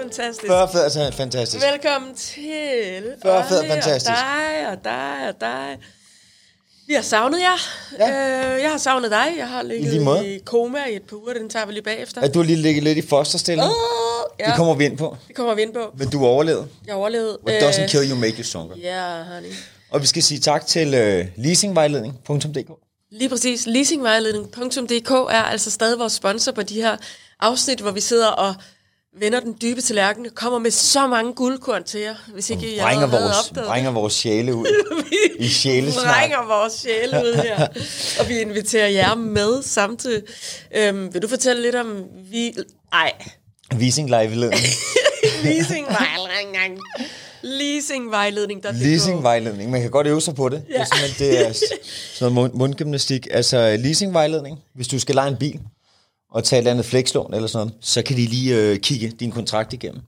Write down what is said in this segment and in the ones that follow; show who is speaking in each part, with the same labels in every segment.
Speaker 1: fantastisk.
Speaker 2: Førfed er simpelthen fantastisk.
Speaker 1: Velkommen til
Speaker 2: Førfed er
Speaker 1: Olle
Speaker 2: fantastisk.
Speaker 1: og dig og dig og dig. Vi har savnet jer.
Speaker 2: Ja.
Speaker 1: Øh, jeg har savnet dig. Jeg har
Speaker 2: I lige
Speaker 1: ligget
Speaker 2: måde.
Speaker 1: i, koma i et par uger. Den tager vi lige bagefter.
Speaker 2: At du har lige ligget lidt i fosterstilling.
Speaker 1: Åh, ja,
Speaker 2: Det kommer vi ind på.
Speaker 1: det kommer vi ind på.
Speaker 2: Men du overlevede.
Speaker 1: Jeg overlevede.
Speaker 2: What doesn't kill you make you stronger.
Speaker 1: Ja, honey.
Speaker 2: Og vi skal sige tak til øh, leasingvejledning.dk.
Speaker 1: Lige præcis. Leasingvejledning.dk er altså stadig vores sponsor på de her afsnit, hvor vi sidder og vender den dybe tallerken og kommer med så mange guldkorn til jer, hvis ikke jeg
Speaker 2: Brænger
Speaker 1: havde
Speaker 2: vores,
Speaker 1: opdaget det.
Speaker 2: brænger vores sjæle ud i sjælesnak.
Speaker 1: brænger vores sjæle ud her. Og vi inviterer jer med samtidig. Øhm, vil du fortælle lidt om... Vi... Ej,
Speaker 2: Leasingvejledning.
Speaker 1: leasingvejledning. Leasingvejledning.
Speaker 2: Leasingvejledning. Man kan godt øve sig på det. Ja. Det er simpelthen det er s- sådan noget mund- mundgymnastik. Altså leasingvejledning. Hvis du skal lege en bil og tage et eller andet flekslån eller sådan noget, så kan de lige øh, kigge din kontrakt igennem.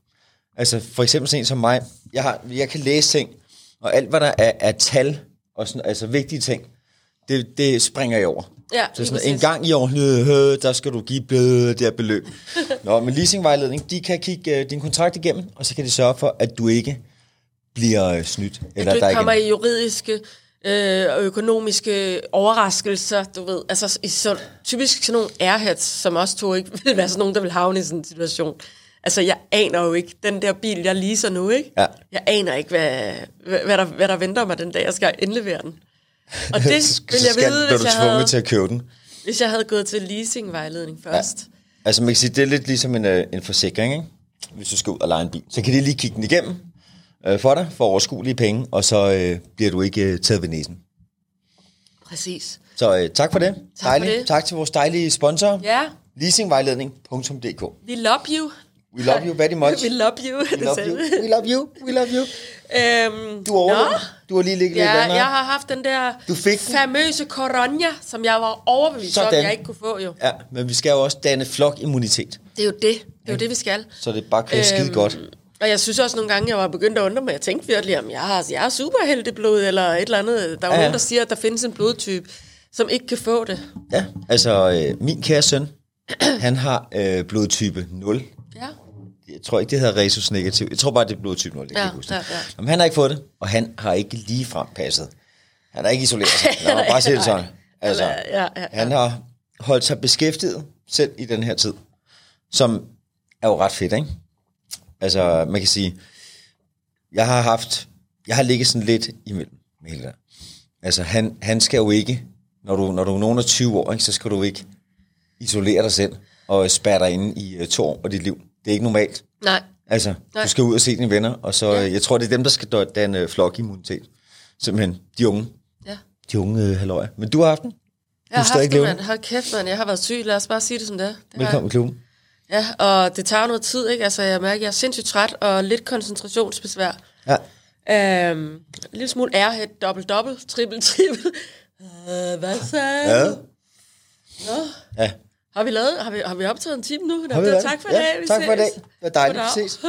Speaker 2: Altså for eksempel sådan en som mig. Jeg, har, jeg kan læse ting, og alt hvad der er, er tal og sådan, altså vigtige ting, det, det springer jeg over.
Speaker 1: Ja,
Speaker 2: så
Speaker 1: lige
Speaker 2: sådan,
Speaker 1: præcis.
Speaker 2: en gang i året, øh, der skal du give bedre det her beløb. Nå, men leasingvejledning, de kan kigge øh, din kontrakt igennem, og så kan de sørge for, at du ikke bliver øh, snydt.
Speaker 1: Eller du ikke
Speaker 2: der ikke er
Speaker 1: kommer i juridiske øh, og økonomiske overraskelser, du ved. Altså i så, typisk sådan nogle airheads, som også to ikke vil være sådan nogen, der vil havne i sådan en situation. Altså, jeg aner jo ikke den der bil, jeg leaser nu, ikke?
Speaker 2: Ja.
Speaker 1: Jeg aner ikke, hvad, hvad, hvad, der, hvad der venter mig den dag, jeg skal indlevere den. Og det
Speaker 2: så,
Speaker 1: vil
Speaker 2: så
Speaker 1: jeg
Speaker 2: skal,
Speaker 1: vide,
Speaker 2: bliver
Speaker 1: hvis
Speaker 2: du
Speaker 1: jeg,
Speaker 2: tvunget
Speaker 1: havde,
Speaker 2: til at købe den.
Speaker 1: hvis jeg havde gået til leasingvejledning først. Ja.
Speaker 2: Altså man kan sige, det er lidt ligesom en, øh, en forsikring, ikke? hvis du skal ud og lege en bil. Så kan de lige kigge den igennem øh, for dig, for overskuelige penge, og så øh, bliver du ikke øh, taget ved næsen.
Speaker 1: Præcis.
Speaker 2: Så øh, tak for det. Tak,
Speaker 1: for det.
Speaker 2: tak til vores dejlige sponsor,
Speaker 1: Ja,
Speaker 2: leasingvejledning.dk.
Speaker 1: we love you.
Speaker 2: We love you very much.
Speaker 1: We love you.
Speaker 2: We love you. We love you. We love you.
Speaker 1: Øhm,
Speaker 2: Du overlevede. Du har lige ligget
Speaker 1: Ja,
Speaker 2: lidt under.
Speaker 1: jeg har haft den der
Speaker 2: Du fik den.
Speaker 1: famøse koronja, som jeg var overbevist
Speaker 2: Sådan.
Speaker 1: om, jeg ikke kunne få jo.
Speaker 2: Ja, men vi skal jo også danne flokimmunitet,
Speaker 1: Det er jo det. Det er jo det, vi skal. Øhm,
Speaker 2: så det bare kører skide godt.
Speaker 1: Og jeg synes også nogle gange, jeg var begyndt at undre mig. Jeg tænkte virkelig, om jeg har, jeg har superhelteblod eller et eller andet. Der er jo
Speaker 2: Ja, ja.
Speaker 1: ja. nogen, der siger, at der findes en blodtype, som ikke kan få det.
Speaker 2: Ja, altså øh, min kære søn, han har øh, blodtype 0.
Speaker 1: Ja.
Speaker 2: Jeg tror ikke, det hedder resus negativ. Jeg tror bare, det er blodtype 0, det kan
Speaker 1: Ja,
Speaker 2: jeg ikke huske.
Speaker 1: ja, ja.
Speaker 2: Men han har ikke fået det, og han har ikke ligefrem passet. Han har ikke isoleret sig. Lad mig bare sige det sådan. Altså,
Speaker 1: Ja, ja, ja.
Speaker 2: han har holdt sig beskæftiget selv i den her tid, som er jo ret fedt, ikke? Altså, man kan sige, jeg har haft, jeg har ligget sådan lidt imellem med hele det der. Altså, han, han skal jo ikke, når du, når du er nogen af 20 år, ikke, så skal du ikke isolere dig selv og spærre dig inde i øh, to år af dit liv. Det er ikke normalt.
Speaker 1: Nej.
Speaker 2: Altså, Nej. du skal ud og se dine venner, og så, ja. jeg tror, det er dem, der skal dø- danne øh, flokimmunitet. Simpelthen, de unge.
Speaker 1: Ja.
Speaker 2: De unge øh, halløjer. Men du har haft den.
Speaker 1: Jeg har
Speaker 2: stadig
Speaker 1: haft det,
Speaker 2: levende.
Speaker 1: mand. Hold kæft, mand. Jeg har været syg. Lad os bare sige det som det er. Det har jeg.
Speaker 2: Velkommen i klubben.
Speaker 1: Ja, og det tager noget tid, ikke? Altså, jeg mærker, at jeg er sindssygt træt og lidt koncentrationsbesvær.
Speaker 2: Ja.
Speaker 1: Øhm, en lille smule airhead, dobbelt, dobbelt, trippel, trippel. Øh, hvad sagde
Speaker 2: Ja.
Speaker 1: du? Nå.
Speaker 2: Ja.
Speaker 1: Har vi, lavet, har, vi, har vi optaget en time nu? Nå,
Speaker 2: Har vi
Speaker 1: det var
Speaker 2: været?
Speaker 1: tak for i
Speaker 2: ja,
Speaker 1: dag, vi
Speaker 2: Tak for i dag.
Speaker 1: ses.
Speaker 2: Det var dejligt, vi
Speaker 1: Goddag.
Speaker 2: ses.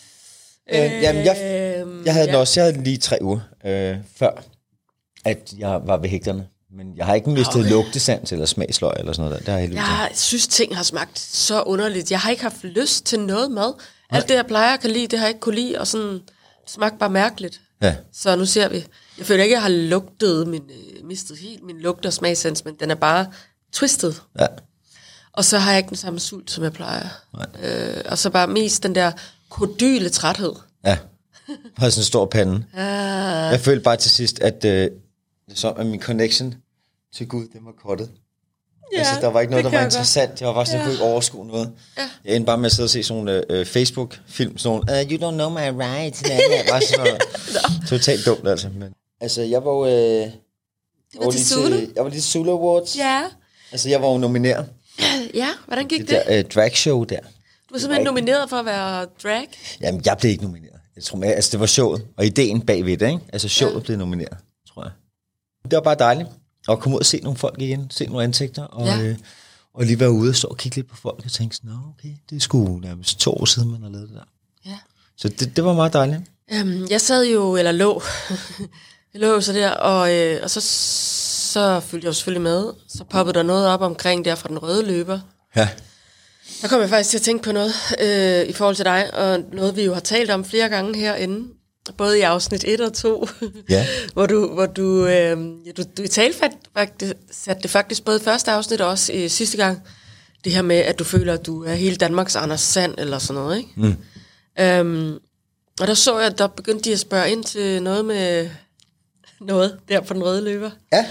Speaker 2: øh, jamen, jeg,
Speaker 1: Øhm,
Speaker 2: jeg havde den
Speaker 1: ja.
Speaker 2: også, jeg havde den lige tre uger øh, før, at jeg var ved hægterne. Men jeg har ikke mistet okay. lugtesans eller smagsløg eller sådan noget der. Det har jeg heldigvis ikke.
Speaker 1: Jeg synes, ting har smagt så underligt. Jeg har ikke haft lyst til noget mad. Alt det, jeg plejer at kan lide, det har jeg ikke kunne lide, og sådan det smagte bare mærkeligt.
Speaker 2: Ja.
Speaker 1: Så nu ser vi. Jeg føler ikke, jeg har lugtet min, øh, mistet helt min lugt og smagsans, men den er bare twistet.
Speaker 2: Ja.
Speaker 1: Og så har jeg ikke den samme sult, som jeg plejer. Øh, og så bare mest den der kodyle træthed.
Speaker 2: Ja. Jeg har sådan en stor pande.
Speaker 1: Øh,
Speaker 2: Jeg følte bare til sidst, at øh, det er som at min connection til Gud, den var kottet. Ja, altså, der var ikke noget, der var interessant. Jeg var bare sådan, ja. jeg kunne ikke overskue noget. Ja. Jeg endte bare med at sidde og se sådan nogle øh, Facebook-film, sådan nogle, uh, you don't know my right. Sådan noget. Bare sådan noget. Totalt dumt, altså. Men, altså, jeg var jo... Øh, jeg, var
Speaker 1: til
Speaker 2: lige
Speaker 1: Zulu.
Speaker 2: til, jeg var lige til Zulu Awards.
Speaker 1: Ja.
Speaker 2: Altså, jeg var jo nomineret.
Speaker 1: ja, hvordan gik
Speaker 2: Det
Speaker 1: det?
Speaker 2: der øh, dragshow der.
Speaker 1: Du var simpelthen nomineret for at være drag.
Speaker 2: Jamen, jeg blev ikke nomineret. Jeg tror, men, altså, det var showet. Og ideen bagved det, ikke? Altså, showet ja. blev nomineret, tror jeg. Det var bare dejligt at komme ud og se nogle folk igen. Se nogle ansigter. Og, ja.
Speaker 1: Ja.
Speaker 2: øh, og lige være ude og stå og kigge lidt på folk og tænke sådan, "Nå, okay, det er sgu nærmest to år siden, man har lavet det der.
Speaker 1: Ja.
Speaker 2: Så det, det var meget dejligt.
Speaker 1: Øhm, jeg sad jo, eller lå, jeg lå jo så der, og, øh, og så, så følte jeg jo selvfølgelig med. Så poppede der noget op omkring der fra den røde løber.
Speaker 2: Ja.
Speaker 1: Der kom jeg faktisk til at tænke på noget øh, i forhold til dig, og noget vi jo har talt om flere gange herinde, både i afsnit 1 og 2,
Speaker 2: Ja.
Speaker 1: hvor du, hvor du, øh, ja, du, du i tale faktisk, satte det faktisk både i første afsnit og også i sidste gang, det her med, at du føler, at du er hele Danmarks Anders Sand eller sådan noget, ikke? Mm. Øhm, og der så jeg, at der begyndte de at spørge ind til noget med noget der på den røde løber.
Speaker 2: Ja.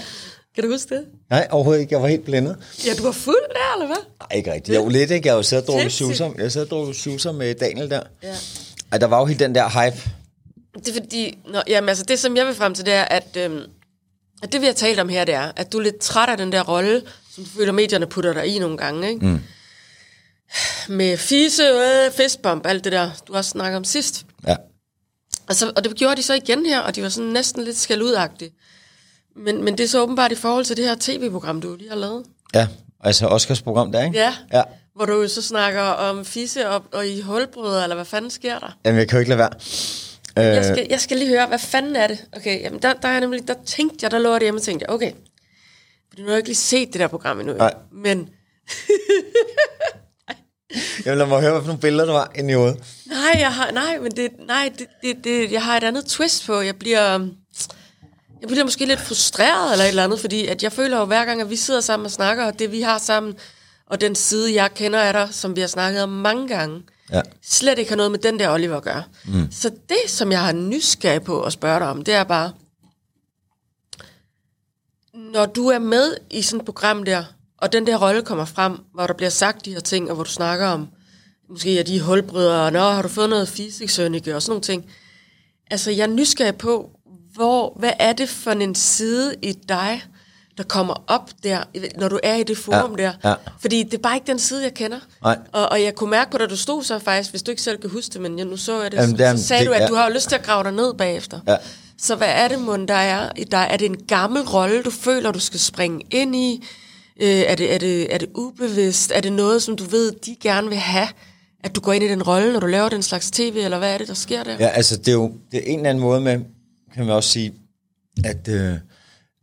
Speaker 1: Kan du huske det?
Speaker 2: Nej, overhovedet ikke. Jeg var helt blændet.
Speaker 1: Ja, du var fuld der, eller hvad?
Speaker 2: Nej, ikke rigtigt. Jo, lidt ikke. Jeg har jo siddet og drukket
Speaker 1: Sindssygt.
Speaker 2: suser. Jeg sad og drukket suser med Daniel der.
Speaker 1: Ja.
Speaker 2: Ej, der var jo helt den der hype.
Speaker 1: Det er fordi, nå, jamen, altså, det som jeg vil frem til, det er, at, øhm, at det vi har talt om her, det er, at du er lidt træt af den der rolle, som du føler, medierne putter dig i nogle gange, ikke? Mm. Med fise, øh, fistbump, alt det der, du også snakkede om sidst.
Speaker 2: Ja.
Speaker 1: Altså, og det gjorde de så igen her, og de var sådan næsten lidt skældudagtige. Men, men det er så åbenbart i forhold til det her tv-program, du lige har lavet.
Speaker 2: Ja. Altså Oscars program der, ikke?
Speaker 1: Ja.
Speaker 2: Ja.
Speaker 1: Hvor du jo så snakker om fisse og, og i hulbrødre, eller hvad fanden sker der?
Speaker 2: Jamen, jeg kan jo ikke lade være.
Speaker 1: Jeg skal, jeg skal lige høre, hvad fanden er det? Okay, jamen der, der, er jeg nemlig, der tænkte jeg, der lå jeg hjemme og tænkte, jeg, okay, fordi nu har jeg ikke lige set det der program endnu. jo.
Speaker 2: Nej.
Speaker 1: Men
Speaker 2: Jamen, lad mig høre, hvad for nogle billeder der var inde i hovedet.
Speaker 1: nej, jeg har, nej, men det, nej, det, det, det, jeg har et andet twist på. Jeg bliver, øhm, jeg bliver måske lidt frustreret eller et eller andet, fordi at jeg føler jo hver gang, at vi sidder sammen og snakker, og det vi har sammen, og den side, jeg kender af dig, som vi har snakket om mange gange,
Speaker 2: Ja.
Speaker 1: slet ikke har noget med den der Oliver at gøre. Mm. Så det, som jeg har nysgerrig på at spørge dig om, det er bare, når du er med i sådan et program der, og den der rolle kommer frem, hvor der bliver sagt de her ting, og hvor du snakker om, måske er de hulbrødre, og nå, har du fået noget fysiksønnike, og sådan nogle ting. Altså, jeg er nysgerrig på, hvor, hvad er det for en side i dig, der kommer op der, når du er i det forum
Speaker 2: Ja,
Speaker 1: der.
Speaker 2: ja.
Speaker 1: Fordi det er bare ikke den side, jeg kender.
Speaker 2: Nej.
Speaker 1: Og, og jeg kunne mærke på dig, du stod så faktisk, hvis du ikke selv kan huske det, men jeg, nu så jeg det,
Speaker 2: Jamen,
Speaker 1: jamen,
Speaker 2: det er-
Speaker 1: så sagde
Speaker 2: det-
Speaker 1: du, at
Speaker 2: ja.
Speaker 1: du har jo lyst til at grave dig ned bagefter.
Speaker 2: Ja.
Speaker 1: Så hvad er det, Mund, der er i dig? Er det en gammel rolle, du føler, du skal springe ind i? Øh, er, det, er, det, er det ubevidst? Er det noget, som du ved, de gerne vil have? At du går ind i den rolle, når du laver den slags tv, eller hvad er det, der sker der?
Speaker 2: Ja, altså det er jo det er en eller anden måde med, kan man også sige, at, øh, at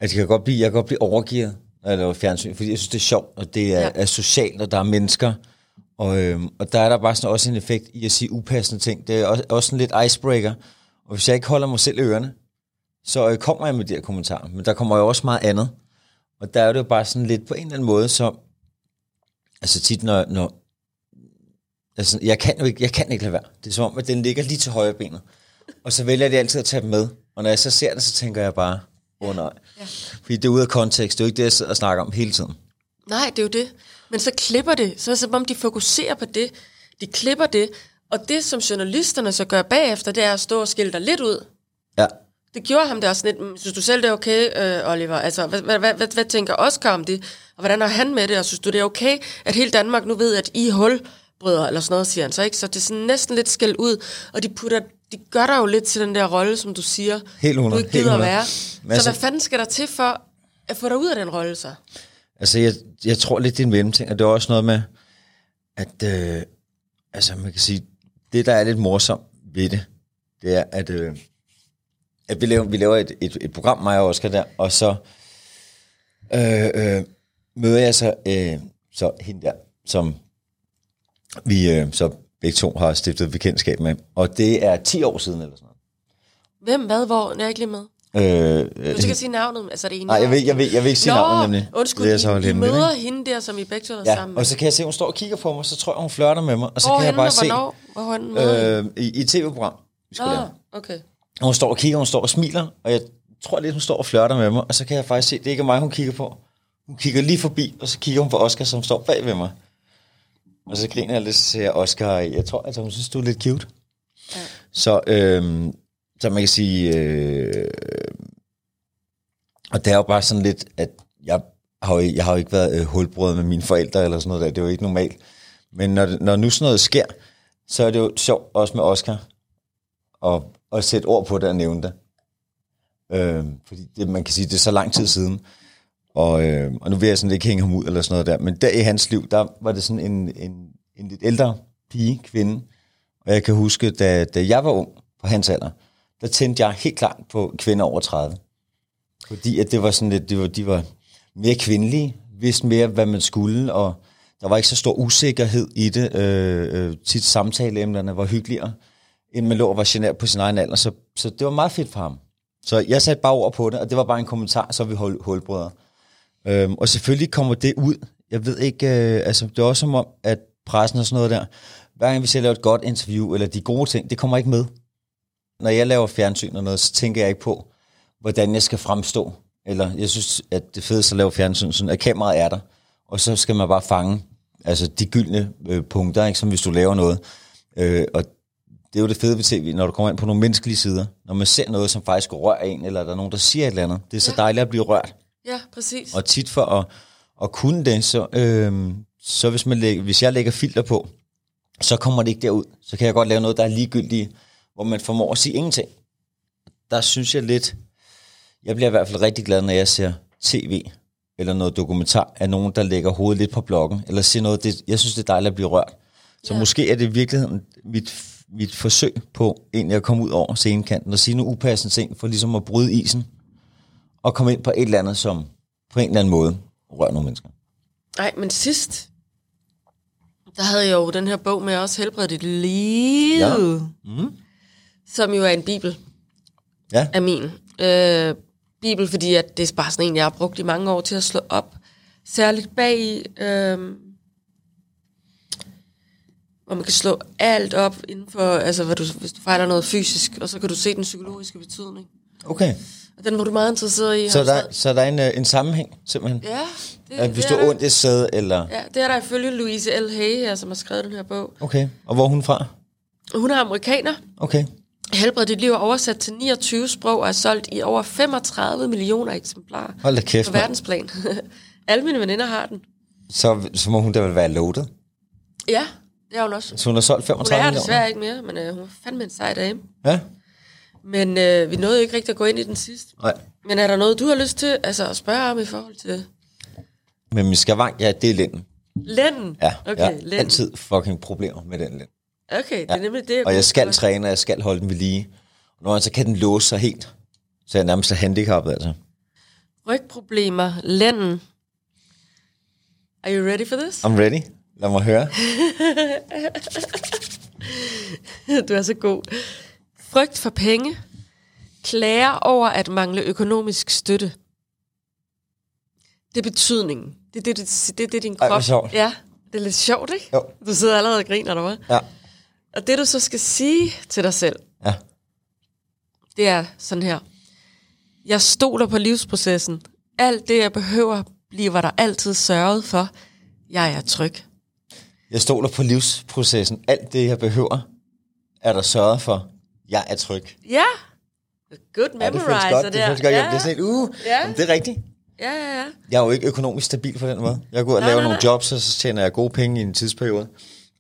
Speaker 2: jeg, kan godt blive, jeg kan godt blive overgivet, når jeg laver fjernsyn, fordi jeg synes, det er sjovt, og det er,
Speaker 1: Ja.
Speaker 2: ja. er socialt, og der er mennesker. Og, øh, og der er der bare sådan også en effekt i at sige upassende ting. Det er også, også sådan lidt icebreaker. Og hvis jeg ikke holder mig selv i ørerne, så øh, kommer jeg med de her kommentarer. Men der kommer jo også meget andet. Og der er det jo bare sådan lidt på en eller anden måde, så... Altså tit, når, når, Altså, jeg kan jo ikke, jeg kan ikke lade være. Det er som om, at den ligger lige til højre benet. Og så vælger de altid at tage dem med. Og når jeg så ser det, så tænker jeg bare, åh oh, nej. Ja. Fordi det er ude af kontekst. Det er jo ikke det, jeg sidder og snakker om hele tiden.
Speaker 1: Nej, det er jo det. Men så klipper det. Så er det som om, de fokuserer på det. De klipper det. Og det, som journalisterne så gør bagefter, det er at stå og skille dig lidt ud.
Speaker 2: Ja.
Speaker 1: Det gjorde ham det også lidt. "Mm, Synes du selv, det er okay, øh, Oliver? Altså, hvad, hvad, hvad, hvad, hvad tænker Oscar om det? Og hvordan har han med det? Og synes du, det er okay, at hele Danmark nu ved, at I er hulbrødre, eller sådan noget, siger han så, ikke? Så det er sådan næsten lidt skæld ud, og de putter de gør dig jo lidt til den der rolle, som du siger,
Speaker 2: Helt
Speaker 1: du
Speaker 2: 100,
Speaker 1: ikke gider at
Speaker 2: helt 100.
Speaker 1: være.
Speaker 2: Men
Speaker 1: Så
Speaker 2: altså-
Speaker 1: hvad fanden skal der til for at få dig ud af den rolle så?
Speaker 2: Altså, jeg, jeg tror lidt, det er en mellemting. Og det er også noget med, at... Øh, altså, man kan sige, det, der er lidt morsomt ved det, det er, at, øh, at vi laver, vi laver et, et, et program, mig og Oscar der, og så øh, øh, møder jeg så, øh, så hende der, som vi øh, så begge to har stiftet bekendtskab med. Og det er 10 år siden, eller sådan
Speaker 1: Hvem, hvad, hvor? Jeg er ikke lige med.
Speaker 2: noget. Øh, øh,
Speaker 1: Du skal ikke sige navnet, altså er det ene.
Speaker 2: nej, jeg vil, jeg, vil, jeg vil ikke sige
Speaker 1: Nå,
Speaker 2: navnet, nemlig.
Speaker 1: undskyld,
Speaker 2: Det er
Speaker 1: det
Speaker 2: så holdt
Speaker 1: I, I
Speaker 2: hemmeligt, ikke?
Speaker 1: møder hende der, som I begge to er
Speaker 2: Ja,
Speaker 1: sammen med.
Speaker 2: og så kan jeg se, at hun står og kigger på mig, så tror jeg, hun flørter med mig. Og så
Speaker 1: Hvor
Speaker 2: kan jeg
Speaker 1: henne,
Speaker 2: bare
Speaker 1: og
Speaker 2: se
Speaker 1: hvornår? Hvor henne møder I?
Speaker 2: øh, i, i et tv-program, vi skulle lave.
Speaker 1: Nå, okay.
Speaker 2: Og hun står og kigger, hun står og smiler, og jeg tror lidt, hun står og flørter med mig. Og så kan jeg faktisk se, at det ikke er mig, hun kigger på. Hun kigger lige forbi, og så kigger hun på Oscar, som står bag ved mig. Og så griner jeg lidt, så siger jeg, Oscar, jeg tror, altså, hun synes, du er lidt cute.
Speaker 1: Ja.
Speaker 2: Så, øh, så man kan sige... Øh, og det er jo bare sådan lidt, at jeg har jo, jeg har jo ikke været øh, hulbrød med mine forældre eller sådan noget der. Det er jo ikke normalt. Men når, det- når nu sådan noget sker, så er det jo sjovt også med Oscar at, at sætte ord på det og nævne det. Øh, fordi det, man kan sige, det er så lang tid siden. Og, øh, og nu vil jeg sådan ikke hænge ham ud eller sådan noget der. Men der i hans liv, der var det sådan en, en, en lidt ældre pige, kvinde. Og jeg kan huske, da, da jeg var ung på hans alder, der tændte jeg helt klart på kvinder over 30. Fordi at det var sådan lidt, det var, de var mere kvindelige, vidste mere, hvad man skulle, og der Der var ikke så stor usikkerhed i det. Øh, øh, tit samtaleemnerne var hyggeligere, end man lå og var genert på sin egen alder. Så, så det var meget fedt for ham. Så jeg satte bare ord på det, og det var bare en kommentar, så vi holdt hulbrødre. Øhm, og selvfølgelig kommer det ud. Jeg ved ikke, øh, altså det er også som om, at pressen og sådan noget der, hver gang vi selv laver et godt interview, eller de gode ting, det kommer ikke med. Når jeg laver fjernsyn og noget, så tænker jeg ikke på, hvordan jeg skal fremstå. Eller jeg synes, at det fedeste at lave fjernsyn, sådan at kameraet er der, og så skal man bare fange altså de gyldne øh, punkter, ikke, som hvis du laver noget. Øh, og det er jo det fede ved tv, når du kommer ind på nogle menneskelige sider. Når man ser noget, som faktisk rører en, eller der er nogen, der siger et eller andet. Det er så
Speaker 1: Ja.
Speaker 2: dejligt at blive rørt.
Speaker 1: Ja, præcis.
Speaker 2: Og tit for at, at kunne det, så, øh, så hvis, man lægger, hvis jeg lægger filter på, så kommer det ikke derud. Så kan jeg godt lave noget, der er ligegyldigt, hvor man formår at sige ingenting. Der synes jeg lidt, jeg bliver i hvert fald rigtig glad, når jeg ser tv eller noget dokumentar af nogen, der lægger hovedet lidt på blokken, eller siger noget, det, jeg synes, det er dejligt at blive rørt. Så
Speaker 1: Ja.
Speaker 2: ja. måske er det i virkeligheden mit, mit forsøg på egentlig at komme ud over scenekanten og sige nogle upassende ting, for ligesom at bryde isen og komme ind på et eller andet, som på en eller anden måde rører nogle mennesker.
Speaker 1: Nej, men sidst, der havde jeg jo den her bog med også Helbred dit liv, ja.
Speaker 2: Ja.
Speaker 1: mm. som jo er en bibel
Speaker 2: Ja,
Speaker 1: af min øh, bibel, fordi at det er bare sådan en, jeg har brugt i mange år til at slå op, særligt bag i, øh, hvor man kan slå alt op inden for, altså hvad du, hvis du fejler noget fysisk, og så kan du se den psykologiske betydning.
Speaker 2: okay.
Speaker 1: Og den var du meget interesseret i.
Speaker 2: Så
Speaker 1: har du
Speaker 2: der,
Speaker 1: sagt.
Speaker 2: så der er en, øh, en sammenhæng, simpelthen. Ja,
Speaker 1: Ja, det,
Speaker 2: at hvis
Speaker 1: det
Speaker 2: du
Speaker 1: er
Speaker 2: er
Speaker 1: der.
Speaker 2: ondt et sæde, eller...
Speaker 1: Ja, det er der ifølge Louise L. Hay her, som har skrevet den her bog.
Speaker 2: Okay, og hvor er hun fra?
Speaker 1: Hun er amerikaner,
Speaker 2: Okay,
Speaker 1: Helbred dit liv er oversat til 29 sprog og er solgt i over 35 millioner eksemplarer
Speaker 2: hold da kæft,
Speaker 1: på
Speaker 2: mand.
Speaker 1: verdensplan. Alle mine veninder har den.
Speaker 2: så, så må hun da vel være loaded.
Speaker 1: Ja, det er hun også.
Speaker 2: Så hun har solgt
Speaker 1: Hun
Speaker 2: 35
Speaker 1: er her
Speaker 2: millioner.
Speaker 1: desværre ikke mere, men øh, hun var fandme en sej dame.
Speaker 2: Ja,
Speaker 1: Men øh, vi nåede jo ikke rigtig at gå ind i den sidste.
Speaker 2: nej.
Speaker 1: Men er der noget, du har lyst til altså, at spørge om i forhold til
Speaker 2: Men min skavank, ja, det er linden.
Speaker 1: lænden?
Speaker 2: Ja,
Speaker 1: okay,
Speaker 2: jeg har
Speaker 1: lænden.
Speaker 2: altid fucking problemer med den lind.
Speaker 1: Okay, det er nemlig det.
Speaker 2: Og jeg skal
Speaker 1: kunne-
Speaker 2: træne, og jeg skal holde den ved lige. Og når så kan den låse sig helt. Så jeg er nærmest er handicappet, altså.
Speaker 1: Rygproblemer, lænden. Are you ready for this?
Speaker 2: I'm ready. Lad mig høre.
Speaker 1: Du er så god. Frygt for penge. Klager over at mangle økonomisk støtte. Det er betydningen. Det er det, det, det, er det din
Speaker 2: Ej,
Speaker 1: krop...
Speaker 2: hvor sjovt.
Speaker 1: Ja, det er lidt sjovt, ikke?
Speaker 2: Jo.
Speaker 1: Du sidder allerede og griner, eller hvad?
Speaker 2: Ja.
Speaker 1: Og det, du så skal sige til dig selv,
Speaker 2: Ja.
Speaker 1: det er sådan her. Jeg stoler på livsprocessen. Alt det, jeg behøver, bliver der altid sørget for. Jeg er tryg.
Speaker 2: Jeg stoler på livsprocessen. Alt det, jeg behøver, er der sørget for. Jeg er tryg.
Speaker 1: Ja! Good memorizer
Speaker 2: Ja, det føles godt. Det
Speaker 1: der.
Speaker 2: føles godt.
Speaker 1: Ja,
Speaker 2: Jeg bliver sådan lidt, uh,
Speaker 1: Ja.
Speaker 2: jamen, det er rigtigt.
Speaker 1: ja, ja, ja.
Speaker 2: Jeg er jo ikke økonomisk stabil på den måde. Jeg går ud og
Speaker 1: Nej,
Speaker 2: laver
Speaker 1: nej,
Speaker 2: nogle
Speaker 1: nej.
Speaker 2: jobs, og så tjener jeg gode penge i en tidsperiode.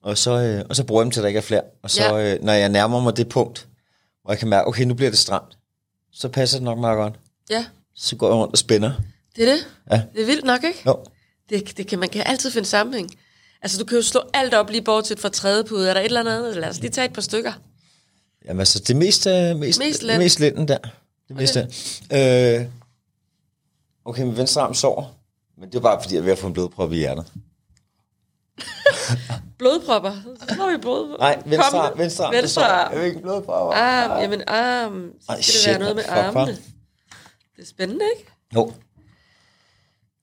Speaker 2: Og så, øh, og så bruger jeg dem til, at der ikke er flere. Og så,
Speaker 1: Ja.
Speaker 2: ja. øh, når jeg nærmer mig det punkt, hvor jeg kan mærke, okay, nu bliver det stramt, så passer det nok meget godt.
Speaker 1: ja.
Speaker 2: Så går jeg rundt og spænder.
Speaker 1: Det er det.
Speaker 2: Ja.
Speaker 1: Det er vildt nok, ikke?
Speaker 2: Jo,
Speaker 1: Det, det kan, man kan altid finde sammenhæng. Altså, du kan jo slå alt op lige bortset fra trædepude. Er der et eller andet? Lad os lige tage et par stykker.
Speaker 2: Jamen altså, det mest, øh, mest,
Speaker 1: Mest
Speaker 2: mest,
Speaker 1: lind.
Speaker 2: mest linden der. Det mest okay. der. Øh, okay, min venstre arm sover. Men det er bare, fordi jeg er ved at få en blodprop i hjertet.
Speaker 1: Blodpropper. Så slår vi blod.
Speaker 2: Nej, venstre
Speaker 1: Kom.
Speaker 2: arm, venstre arm,
Speaker 1: Venstre
Speaker 2: der sover.
Speaker 1: arm.
Speaker 2: Jeg ved ikke, blodprop.
Speaker 1: Arm, jamen arm. Så
Speaker 2: Ej,
Speaker 1: skal det
Speaker 2: shit,
Speaker 1: være noget med
Speaker 2: mand. Fuck, hva'?
Speaker 1: armene. Det er spændende, ikke?
Speaker 2: Jo.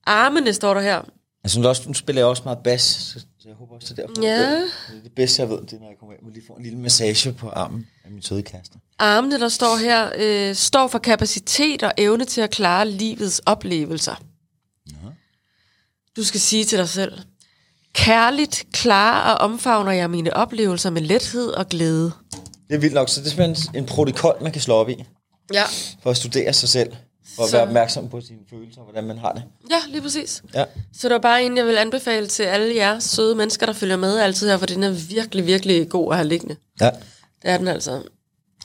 Speaker 1: Armene står der her.
Speaker 2: Altså, nu, er der også, nu spiller jeg også meget bas, så, så jeg håber også, det er derfor.
Speaker 1: Ja.
Speaker 2: jeg ved. Det, er det bedste, jeg ved, det er, når jeg kommer hjem og lige får en lille massage på armen af min tødekaster.
Speaker 1: Armene, der står her, øh, står for kapacitet og evne til at klare livets oplevelser. Du skal sige til dig selv, kærligt klarer og omfavner jeg mine oplevelser med lethed og glæde.
Speaker 2: Det er vildt nok, så det er simpelthen en protokol, man kan slå op i,
Speaker 1: Ja.
Speaker 2: for at studere sig selv, for at
Speaker 1: Så-
Speaker 2: være opmærksom på sine følelser, og hvordan man har det.
Speaker 1: Ja, lige præcis.
Speaker 2: Ja.
Speaker 1: Så der er bare en, jeg vil anbefale til alle jer søde mennesker, der følger med altid her, for den er virkelig, virkelig god at have liggende.
Speaker 2: Ja.
Speaker 1: Det er den altså.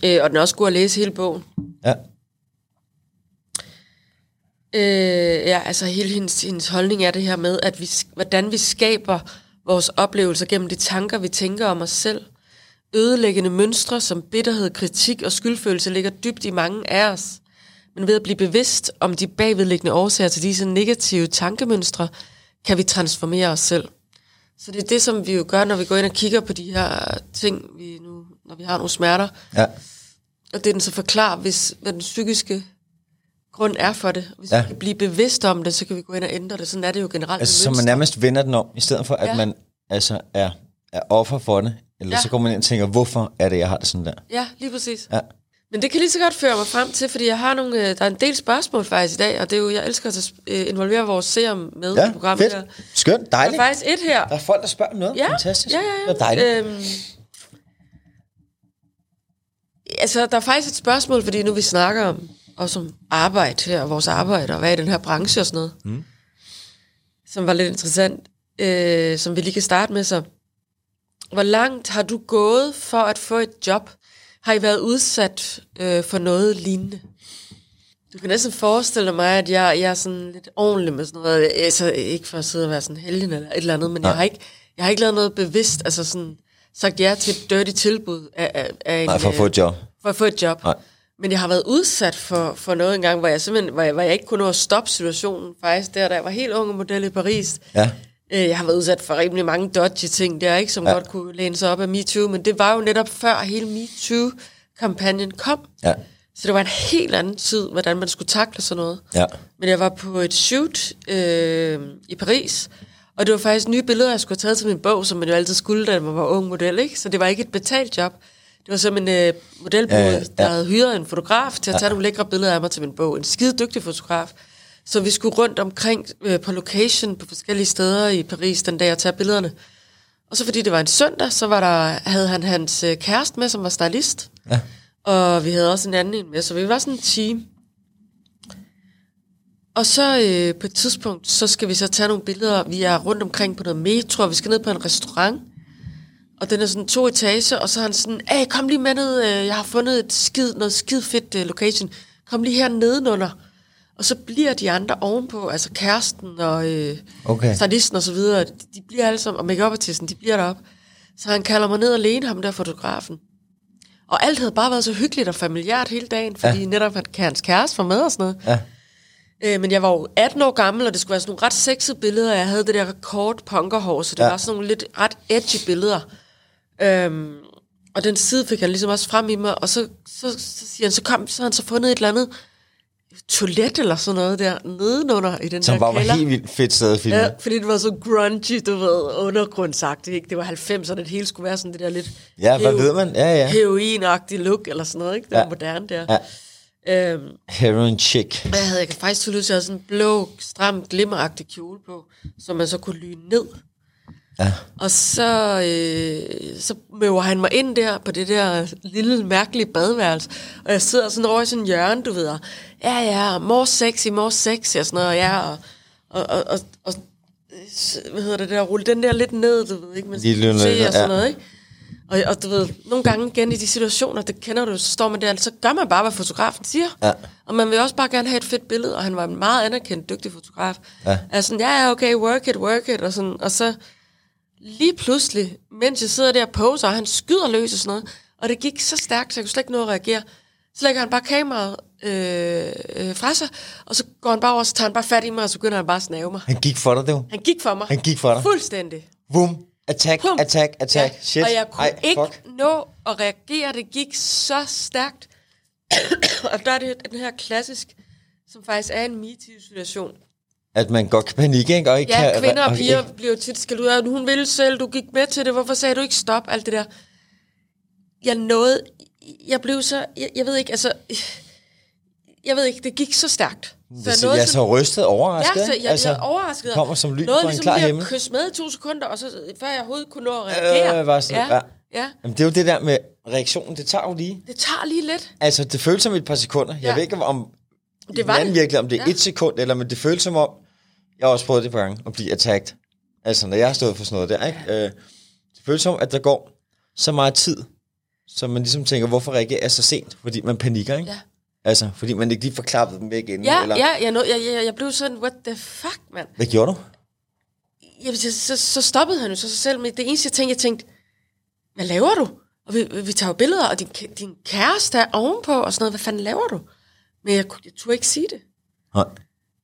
Speaker 1: Øh, og den er også god at læse hele bogen.
Speaker 2: Ja.
Speaker 1: Øh, ja, altså hele hendes, hendes holdning er det her med, at vi, sk- hvordan vi skaber vores oplevelser gennem de tanker, vi tænker om os selv. Ødelæggende mønstre som bitterhed, kritik og skyldfølelse ligger dybt i mange af os. Men ved at blive bevidst om de bagvedliggende årsager til disse negative tankemønstre, kan vi transformere os selv. Så det er det, som vi jo gør, når vi går ind og kigger på de her ting, vi nu, når vi har nogle smerter.
Speaker 2: Ja.
Speaker 1: Og det, den så forklarer, hvis, hvad den psykiske grund er for det. Hvis
Speaker 2: Ja.
Speaker 1: ja. vi kan blive bevidst om det, så kan vi gå ind og ændre det. Sådan er det jo generelt.
Speaker 2: Altså,
Speaker 1: med
Speaker 2: så man
Speaker 1: mønstre.
Speaker 2: nærmest vender den om, i stedet for, at ja.
Speaker 1: Ja.
Speaker 2: man altså er, er offer for det. Eller ja.
Speaker 1: Ja.
Speaker 2: så går man ind og tænker, hvorfor er det, jeg har det sådan der?
Speaker 1: Ja, lige præcis.
Speaker 2: Ja.
Speaker 1: Men det kan lige så godt føre mig frem til, fordi jeg har nogle, øh, der er en del spørgsmål faktisk i dag, og det er jo, jeg elsker at sp- øh, involvere vores seer med
Speaker 2: Ja,
Speaker 1: i programmet her.
Speaker 2: fedt. Skønt,
Speaker 1: Der er
Speaker 2: dejligt.
Speaker 1: faktisk et her.
Speaker 2: Der er folk, der spørger om noget.
Speaker 1: Ja,
Speaker 2: Fantastisk.
Speaker 1: ja, ja. ja.
Speaker 2: Det er dejligt.
Speaker 1: Øhm, altså, der er faktisk et spørgsmål, fordi nu vi snakker om, også om arbejde her, og vores arbejde, og hvad er den her branche og sådan noget, mm. som var lidt interessant, øh, som vi lige kan starte med så. Hvor langt har du gået for at få et job? Har I været udsat øh, for noget lignende? Du kan næsten forestille mig, at jeg, jeg er sådan lidt ordentlig med sådan noget. Altså, ikke for at sidde og være sådan heldig eller et eller andet, men jeg har, ikke, jeg har ikke lavet noget bevidst, altså sådan sagt ja til et dirty tilbud af, af, af en,
Speaker 2: Nej, for at få
Speaker 1: øh,
Speaker 2: et job.
Speaker 1: for at få et job.
Speaker 2: Nej.
Speaker 1: Men jeg har været udsat for, for noget engang, hvor jeg simpelthen hvor jeg, hvor jeg ikke kunne nå at stoppe situationen faktisk, der da jeg var helt unge model i Paris.
Speaker 2: Ja.
Speaker 1: Øh, Jeg har været udsat for rimelig mange dodgy ting der, ikke, som
Speaker 2: Ja.
Speaker 1: ja. godt kunne læne sig op af MeToo, men det var jo netop før hele MeToo-kampagnen kom.
Speaker 2: Ja.
Speaker 1: Så det var en helt anden tid, hvordan man skulle takle sådan noget.
Speaker 2: Ja.
Speaker 1: Men jeg var på et shoot øh, i Paris, og det var faktisk nye billeder, jeg skulle have taget til min bog, som man jo altid skulle, da man var ung model, ikke? Så det var ikke et betalt job. Det var simpelthen øh, modelbude,
Speaker 2: Ja, ja,
Speaker 1: ja,
Speaker 2: ja.
Speaker 1: ja. der havde hyret en fotograf til at tage nogle lækre billeder af mig til min bog. En skide dygtig fotograf. Så vi skulle rundt omkring øh, på location på forskellige steder i Paris den dag og tage billederne. Og så fordi det var en søndag, så var der, havde han hans øh, kæreste med, som var stylist.
Speaker 2: Ja.
Speaker 1: Og vi havde også en anden en med, så vi var sådan en team. Og så øh, på et tidspunkt, så skal vi så tage nogle billeder. Vi er rundt omkring på noget metro, og vi skal ned på en restaurant. Og den er sådan to etager, og så er han sådan, hey, kom lige med ned, øh, jeg har fundet et skid, noget skid fedt øh, location. Kom lige her nedenunder. Og så bliver de andre ovenpå, altså kæresten og øh,
Speaker 2: Okay.
Speaker 1: stylisten og så videre, de, de bliver alle sammen, og make up de bliver deroppe. Så han kalder mig ned alene, ham der fotografen. Og alt havde bare været så hyggeligt og familiært hele dagen, fordi ja. netop han- hans kæreste var med og sådan noget.
Speaker 2: Ja.
Speaker 1: Øh, men jeg var jo 18 år gammel, og det skulle være sådan nogle ret sexede billeder. Jeg havde det der rekord punkerhår, så det
Speaker 2: Ja.
Speaker 1: ja. var sådan nogle lidt ret edgy billeder. Øhm, og den side fik han ligesom også frem i mig, og så, så, så siger han, så kom, så har han så fundet et eller andet toilet eller sådan noget der nedenunder i den
Speaker 2: Som
Speaker 1: der
Speaker 2: bare var
Speaker 1: kælder.
Speaker 2: helt vildt fedt sted at filme.
Speaker 1: Ja, fordi det var så grungy, du ved, undergrundsagtigt, ikke? Det var 90'erne, det hele skulle være sådan det der lidt...
Speaker 2: Ja, hvad ved man? Ja, ja.
Speaker 1: Heroinagtig look eller sådan noget, ikke? Det var
Speaker 2: Ja.
Speaker 1: ja. moderne der. Ja. Øhm,
Speaker 2: Heroin chick.
Speaker 1: og jeg havde jeg kan faktisk tydeligvis have sådan en blå, stram, glimmeragtig kjole på, som man så kunne lyne ned.
Speaker 2: Ja.
Speaker 1: Og så, øh, så møver han mig ind der på det der lille, mærkelige badeværelse. Og jeg sidder sådan over i sådan en hjørne, du ved. og, Ja, ja, more sexy, more sexy og sådan noget. Ja, og, og, og, og, og s- hvad hedder det der, rulle den der lidt ned, du ved ikke, men
Speaker 2: Lige lidt ned,
Speaker 1: se og sådan
Speaker 2: ja.
Speaker 1: noget, ikke? Og, og du ved, nogle gange igen i de situationer, det kender du, så står man der, så gør man bare, hvad fotografen siger.
Speaker 2: Ja.
Speaker 1: Og man vil også bare gerne have et fedt billede, og han var en meget anerkendt, dygtig fotograf.
Speaker 2: Ja.
Speaker 1: Altså, ja, ja, okay, work it, work it, og sådan, og så lige pludselig, mens jeg sidder der og poser, og han skyder løs og sådan noget, og det gik så stærkt, så jeg kunne slet ikke nå at reagere, så lægger han bare kameraet øh, øh, fra sig, og så går han bare over, og så tager han bare fat i mig, og så begynder han bare at snave mig.
Speaker 2: Han gik for dig, det var.
Speaker 1: Han gik for mig.
Speaker 2: Han gik for dig.
Speaker 1: Fuldstændig.
Speaker 2: Boom. Attack,
Speaker 1: Pum.
Speaker 2: attack, attack. Shit.
Speaker 1: Og jeg kunne
Speaker 2: Ej,
Speaker 1: ikke
Speaker 2: fuck.
Speaker 1: nå at reagere. Det gik så stærkt. og der er det den her klassisk, som faktisk er en MeToo-situation.
Speaker 2: At man godt kan panikke, ikke? Og ikke
Speaker 1: Ja,
Speaker 2: kan,
Speaker 1: kvinder og piger
Speaker 2: ikke-
Speaker 1: bliver jo tit skældt ud af, hun ville selv, du gik med til det, hvorfor sagde du ikke stop, alt det der. Jeg nåede, jeg blev så, jeg, jeg ved ikke, altså, jeg ved ikke, det gik så stærkt.
Speaker 2: Så altså, jeg, jeg er så rystet overrasket,
Speaker 1: Ja, så
Speaker 2: ikke?
Speaker 1: jeg, altså, jeg er overrasket.
Speaker 2: kommer som lyn
Speaker 1: Nåede
Speaker 2: fra en
Speaker 1: ligesom
Speaker 2: klar
Speaker 1: lige at
Speaker 2: himmel.
Speaker 1: kysse med i to sekunder, og så før jeg overhovedet kunne nå at reagere.
Speaker 2: Øh, var sådan, ja.
Speaker 1: ja, ja.
Speaker 2: Jamen, det er jo det der med reaktionen, det tager jo lige.
Speaker 1: Det tager lige lidt.
Speaker 2: Altså, det føles som et par sekunder. Jeg
Speaker 1: Ja.
Speaker 2: ved ikke, om
Speaker 1: Det var
Speaker 2: anden
Speaker 1: det.
Speaker 2: virkelig, om det er ja.
Speaker 1: Ja.
Speaker 2: et sekund, eller men det føles som om, jeg har også prøvet det på gange, at blive attacked. Altså, når jeg har stået for sådan noget der, ikke? Øh, det føles som, at der går så meget tid, som man ligesom tænker, hvorfor reagerer jeg så sent? Fordi man panikker, ikke?
Speaker 1: Ja.
Speaker 2: Altså, fordi man ikke lige får klappet dem væk inden,
Speaker 1: Ja,
Speaker 2: eller...
Speaker 1: ja, jeg, nåede, jeg, jeg, jeg blev sådan, what the fuck, mand.
Speaker 2: Hvad gjorde du?
Speaker 1: Jamen, så, så, så stoppede han jo så sig selv med det eneste, jeg tænkte, jeg tænkte, hvad laver du? Og vi, vi- vi tager jo billeder, og din, kæ- din kæreste er ovenpå, og sådan noget, hvad fanden laver du? Men jeg, kunne- jeg turde ikke sige det.
Speaker 2: Nej.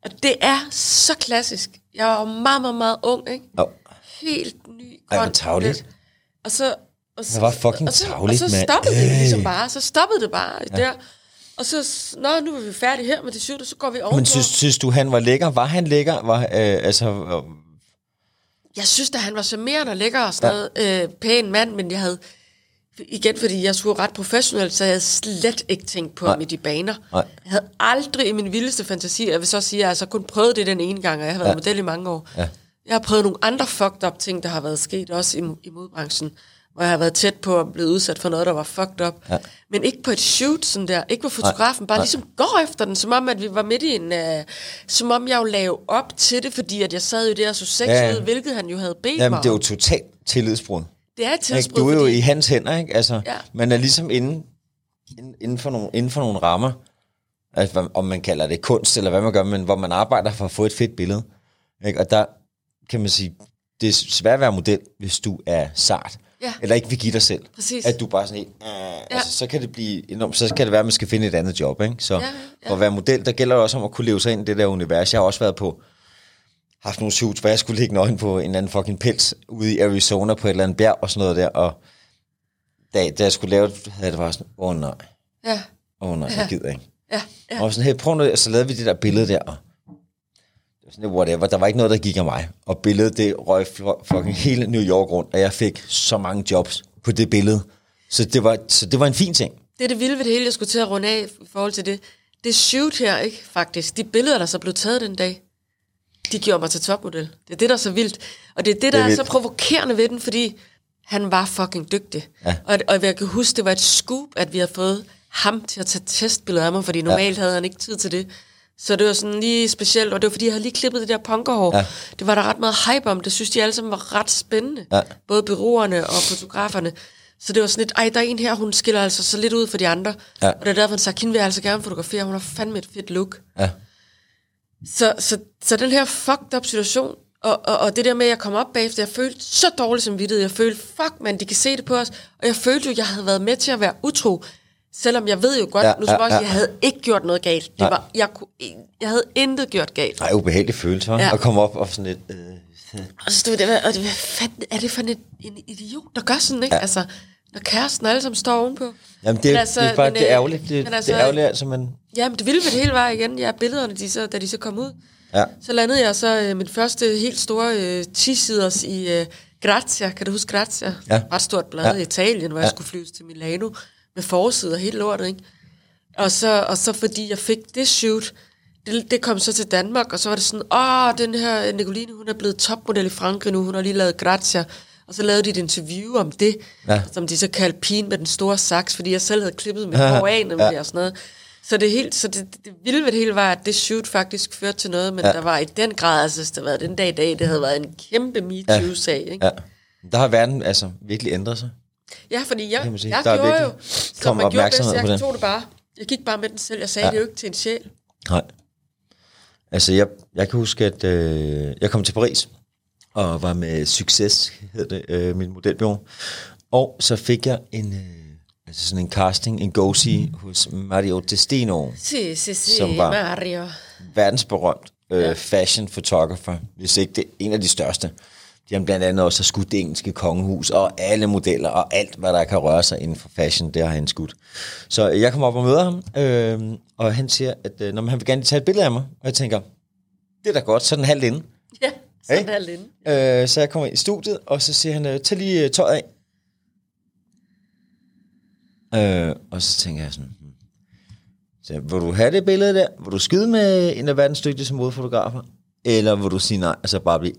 Speaker 1: Og det er så klassisk. Jeg var jo meget, meget, meget ung, ikke?
Speaker 2: Jo.
Speaker 1: helt ny
Speaker 2: Ej, hvor
Speaker 1: grøn
Speaker 2: tarveligt.
Speaker 1: plet. Og så... Og så
Speaker 2: Det var fucking
Speaker 1: og så,
Speaker 2: tarveligt,
Speaker 1: Og så
Speaker 2: mand.
Speaker 1: stoppede det
Speaker 2: Ej.
Speaker 1: ligesom bare. Så stoppede det bare ja. der. Og så... s- Nå, nu er vi færdige her med det syvende, så går vi over.
Speaker 2: Men synes, synes du, han var lækker? Var han lækker? Var, øh, altså, øh,
Speaker 1: Jeg synes da, han var charmerende og lækker og sådan noget. Øh, pæn mand, men jeg havde... Igen, fordi jeg skulle ret professionelt, så jeg havde slet ikke tænkt på ham i de baner.
Speaker 2: Nej.
Speaker 1: Jeg havde aldrig i min vildeste fantasi, og jeg vil så sige, at jeg altså kun prøvet det den ene gang, og jeg har været ja. model i mange år.
Speaker 2: Ja.
Speaker 1: Jeg har prøvet nogle andre fucked up ting, der har været sket, også i, i modbranchen, hvor jeg har været tæt på at blive udsat for noget, der var fucked up. Ja. Men ikke på et shoot sådan der, ikke hvor fotografen bare ligesom går efter den, som om at vi var midt i en... Øh, som om jeg jo lavede op til det, fordi at jeg sad jo der og så sex
Speaker 2: Ja,
Speaker 1: ja.
Speaker 2: ja.
Speaker 1: ud, hvilket han jo havde bedt
Speaker 2: jamen,
Speaker 1: mig
Speaker 2: det er jo
Speaker 1: om.
Speaker 2: totalt tillidsbrud.
Speaker 1: Det er et
Speaker 2: Ikke?
Speaker 1: tidsbrud,
Speaker 2: Du er jo
Speaker 1: fordi,
Speaker 2: i hans hænder, ikke? Altså,
Speaker 1: Ja.
Speaker 2: Man er ligesom inde, ind- inden, for nogle, inden for nogle rammer, altså, hvad- om man kalder det kunst, eller hvad man gør, men hvor man arbejder for at få et fedt billede. Ikke? Og der kan man sige, det er svært at være model, hvis du er sart.
Speaker 1: Ja.
Speaker 2: Eller ikke vil give dig selv.
Speaker 1: Præcis.
Speaker 2: At du bare sådan helt, øh, ja. altså, så kan det blive enormt, så kan det være, at man skal finde et andet job. Ikke? Så
Speaker 1: ja.
Speaker 2: for at være model, der gælder det også om at kunne leve sig ind i det der univers. Jeg har også været på haft nogle shoots, hvor jeg skulle ligge nøgen på en eller anden fucking pels ude i Arizona på et eller andet bjerg og sådan noget der, og da, da jeg skulle lave det, havde jeg det bare sådan, åh oh, nej,
Speaker 1: Ja,
Speaker 2: åh oh, nej, jeg gider ikke.
Speaker 1: ja, ja.
Speaker 2: Ja. Og sådan, hey, prøv nu, og så lavede vi det der billede der, og det var sådan, lidt whatever, der var ikke noget, der gik af mig. Og billedet, det røg fl- fucking hele New York rundt, og jeg fik så mange jobs på det billede. Så det var, så det var en fin ting.
Speaker 1: Det er det vilde ved det hele, jeg skulle til at runde af i forhold til det. Det shoot her, ikke, faktisk. De billeder, der så blev taget den dag, de gjorde mig til topmodel. Det er det, der er så vildt. Og det er det, der
Speaker 2: er
Speaker 1: det er, er så
Speaker 2: vildt.
Speaker 1: provokerende ved den, fordi han var fucking dygtig. Ja. Og, og jeg kan huske, det var et scoop, at vi havde fået ham til at tage testbilleder af mig, fordi normalt ja. havde han ikke tid til det. Så det var sådan lige specielt, og det var fordi, jeg havde lige klippet det der punkerhår. Ja. Det var der ret meget hype om. Det synes de alle sammen var ret spændende.
Speaker 2: Ja.
Speaker 1: Både byråerne og fotograferne. Så det var sådan lidt, ej, der er en her, hun skiller altså så lidt ud for de andre.
Speaker 2: Ja.
Speaker 1: Og det er derfor, han sagde, hende vil jeg altså gerne fotografere. Hun har fandme et fedt look.
Speaker 2: Ja.
Speaker 1: Så, så, så den her fucked up situation, og, og, og det der med, at jeg kom op bagefter, jeg følte så dårligt som vidtighed. Jeg følte, fuck man, de kan se det på os. Og jeg følte jo, jeg havde været med til at være utro. Selvom jeg ved jo godt,
Speaker 2: Ja,
Speaker 1: ja, nu som
Speaker 2: ja,
Speaker 1: ja, også,
Speaker 2: ja.
Speaker 1: jeg havde ikke gjort noget galt. Det
Speaker 2: Nej.
Speaker 1: var, jeg, kunne, jeg havde intet gjort galt.
Speaker 2: Ej, ubehagelig følelse, ja.
Speaker 1: Ja.
Speaker 2: at komme op og sådan lidt, øh,
Speaker 1: Og så stod det, og det, hvad fanden er det for en, en idiot, der gør sådan, ikke? Ja. Altså, når kæresten og alle sammen står ovenpå.
Speaker 2: Jamen, det,
Speaker 1: Men
Speaker 2: er,
Speaker 1: altså,
Speaker 2: altså, det er bare,
Speaker 1: men,
Speaker 2: det er
Speaker 1: øh,
Speaker 2: ærgerligt. Det,
Speaker 1: men
Speaker 2: altså,
Speaker 1: altså-
Speaker 2: det er ærgerligt, altså, men...
Speaker 1: Jamen, det vilde ved det hele var igen, ja, billederne, de så, da de så kom ud,
Speaker 2: Ja.
Speaker 1: så landede jeg så øh, min første helt store øh, 10-siders i øh, Grazia. Kan du huske Grazia?
Speaker 2: Ja.
Speaker 1: Ret stort blad
Speaker 2: Ja.
Speaker 1: ja. i Italien, hvor ja. jeg skulle flyves til Milano med forsider og hele lortet, ikke? Og så, og så fordi jeg fik det shoot, det, det kom så til Danmark, og så var det sådan, åh, den her Nicoline, hun er blevet topmodel i Frankrig nu, hun har lige lavet Grazia. Og så lavede de et interview om det,
Speaker 2: Ja.
Speaker 1: ja. som de så kaldte pigen med den store saks, fordi jeg selv havde klippet med koreaner ja. og sådan noget. Så det, helt, så det, det vilde ved det hele var, at det shoot faktisk førte til noget, men ja. der var i den grad, altså hvis det havde været den dag i dag, det havde været en kæmpe MeToo-sag, ikke?
Speaker 2: Ja. Der har verden altså virkelig ændret sig.
Speaker 1: Ja, fordi jeg,
Speaker 2: man sige.
Speaker 1: jeg
Speaker 2: Der er
Speaker 1: gjorde
Speaker 2: virkelig
Speaker 1: jo,
Speaker 2: kommet
Speaker 1: som man gjorde bedst,
Speaker 2: opmærksomhed på den.
Speaker 1: jeg tog det bare. Jeg gik bare med den selv, jeg sagde ja. det jo ikke til en sjæl.
Speaker 2: Nej. Altså, jeg, jeg kan huske, at øh, jeg kom til Paris og var med Success, hed det, øh, min modelbyrå. Og så fik jeg en, øh, altså sådan en casting, en go hos Mario Testino,
Speaker 1: Si, si, si,
Speaker 2: Som var-
Speaker 1: Mario.
Speaker 2: verdensberømt øh, fashion photographer, hvis ikke det en af de største. De har blandt andet også har skudt det engelske kongehus, og alle modeller, og alt, hvad der kan røre sig inden for fashion, det har han skudt. Så øh, jeg kommer op og møder ham, øh, og han siger, at øh, når han vil gerne lige tage et billede af mig, og jeg tænker, det er da godt, så er den halvt inde.
Speaker 1: Ja, sådan
Speaker 2: Ikke?
Speaker 1: hey. er Linde.
Speaker 2: Øh, så jeg kommer ind i studiet, og så siger han, øh, tag lige øh, tøjet af. Øh, og så tænker jeg sådan, hmm. så, jeg, vil du have det billede der? Vil du skyde med en af verdens dygtigste modefotografer? Eller vil du sige nej, og så bare blive...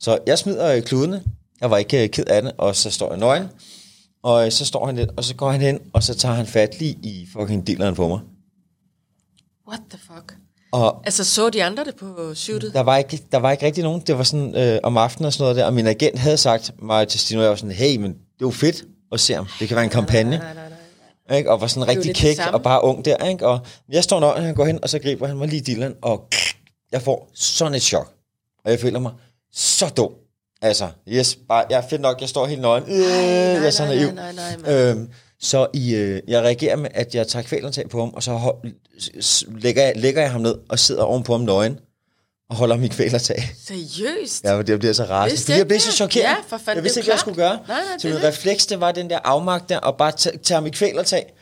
Speaker 2: Så jeg smider øh, kludene, jeg var ikke øh, ked af det, og så står jeg nøgen. Og øh, så står han lidt, og så går han hen, og så tager han fat lige i fucking dealeren på mig.
Speaker 1: What the fuck?
Speaker 2: Og
Speaker 1: Altså, så de andre det på shootet?
Speaker 2: der var ikke, der var ikke rigtig nogen. Det var sådan øh, om aftenen og sådan noget der, og min agent havde sagt mig til Stine, og jeg var sådan, hey, men det er jo fedt at se ham. Det kan være en kampagne.
Speaker 1: Nej, nej, nej.
Speaker 2: Ikke? Og var sådan
Speaker 1: jo
Speaker 2: rigtig
Speaker 1: lidt
Speaker 2: kæk
Speaker 1: det samme.
Speaker 2: og bare ung der. Ikke? Og jeg står nøgen, og han går hen, og så griber han mig lige i dilleren, og jeg får sådan et chok. Og jeg føler mig så dum. Altså, yes, bare, jeg er fedt nok, jeg står helt nøgen. Øh, jeg er så
Speaker 1: nej,
Speaker 2: naiv.
Speaker 1: nej, nej, nej,
Speaker 2: Øhm, så i, øh, jeg reagerer med, at jeg tager kvælertag på ham, og så hold, s- s- lægger, jeg, lægger jeg ham ned og sidder ovenpå ham nøgen. og holder min kvælertag.
Speaker 1: Seriøst?
Speaker 2: Ja, men det bliver så rart.
Speaker 1: Vidste
Speaker 2: Fordi jeg
Speaker 1: ikke
Speaker 2: blev så
Speaker 1: det?
Speaker 2: chokeret.
Speaker 1: Ja, for fanden,
Speaker 2: jeg vidste
Speaker 1: det er
Speaker 2: ikke, hvad jeg
Speaker 1: klart.
Speaker 2: skulle gøre.
Speaker 1: Nej, nej,
Speaker 2: så
Speaker 1: det er
Speaker 2: min
Speaker 1: det.
Speaker 2: refleks, det var den der afmagt der, og bare t- tage ham i kvælertag,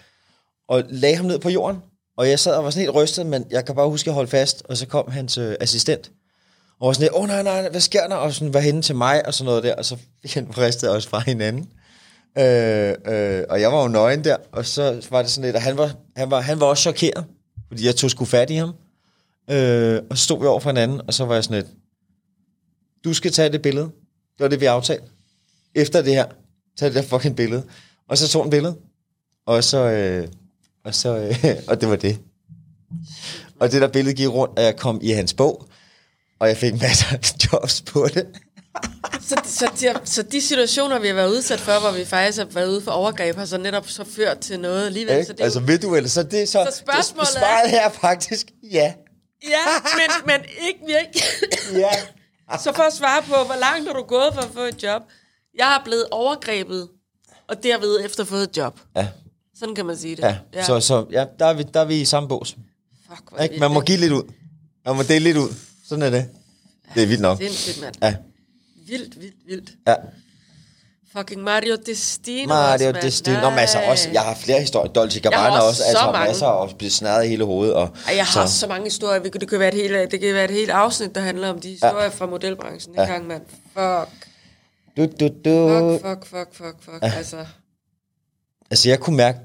Speaker 2: og lagde ham ned på jorden. Og jeg sad og var sådan helt rystet, men jeg kan bare huske, at jeg holdt fast, og så kom hans øh, assistent. Og var sådan lidt, åh oh, nej, nej, hvad sker der? Og sådan var henne til mig, og sådan noget der, og så fik han fristet os fra hinanden. Øh, øh, og jeg var jo nøgen der, og så var det sådan lidt, og han var, han var, han var også chokeret, fordi jeg tog sgu fat i ham. Øh, og så stod vi over for hinanden, og så var jeg sådan lidt, du skal tage det billede. Det var det, vi aftalte. Efter det her, tag det der fucking billede. Og så tog han billedet, og så, øh, og så, øh, og det var det. Og det der billede gik rundt, og jeg kom i hans bog, og jeg fik masser af jobs på det.
Speaker 1: Altså, Så, så, de, så de situationer, vi har været udsat for, hvor vi faktisk har været ude for overgreb, har så netop så ført til noget alligevel.
Speaker 2: Ikke?
Speaker 1: Så det er
Speaker 2: altså
Speaker 1: jo,
Speaker 2: ved du eller så det så,
Speaker 1: Så spørgsmålet
Speaker 2: det, svaret er faktisk ja.
Speaker 1: ja, men, men ikke virkelig.
Speaker 2: Ja.
Speaker 1: så for at svare på, hvor langt har du gået for at få et job? Jeg er blevet overgrebet, og derved efter fået et job.
Speaker 2: Ja,
Speaker 1: Sådan kan man sige det.
Speaker 2: ja. ja. Så, så ja, der, er vi, der er vi i samme bås.
Speaker 1: Fuck, hvor
Speaker 2: Ikke? Man må give lidt ud. Man må dele lidt ud. Sådan er det. Det er vildt nok.
Speaker 1: Sindssygt, mand.
Speaker 2: Ja,
Speaker 1: Vildt, vildt, vildt.
Speaker 2: ja.
Speaker 1: Fucking Mario Destino. også,
Speaker 2: Mario
Speaker 1: mand.
Speaker 2: Destino. Nå, men altså
Speaker 1: Nej.
Speaker 2: også, jeg har flere historier. Dolce Gabbana
Speaker 1: Jeg har
Speaker 2: også,
Speaker 1: også
Speaker 2: også
Speaker 1: så
Speaker 2: altså,
Speaker 1: mange.
Speaker 2: masser og blevet snadret i hele hovedet. Og,
Speaker 1: Ej, jeg har så. så mange historier. Vi kan- Det kan være et helt, det kan være et helt afsnit, der handler om de historier ja. fra modelbranchen dengang, ja. mand. Fuck,
Speaker 2: du, du, du.
Speaker 1: fuck, fuck, fuck, fuck, fuck. Ja. Altså,
Speaker 2: Altså, jeg kunne mærke,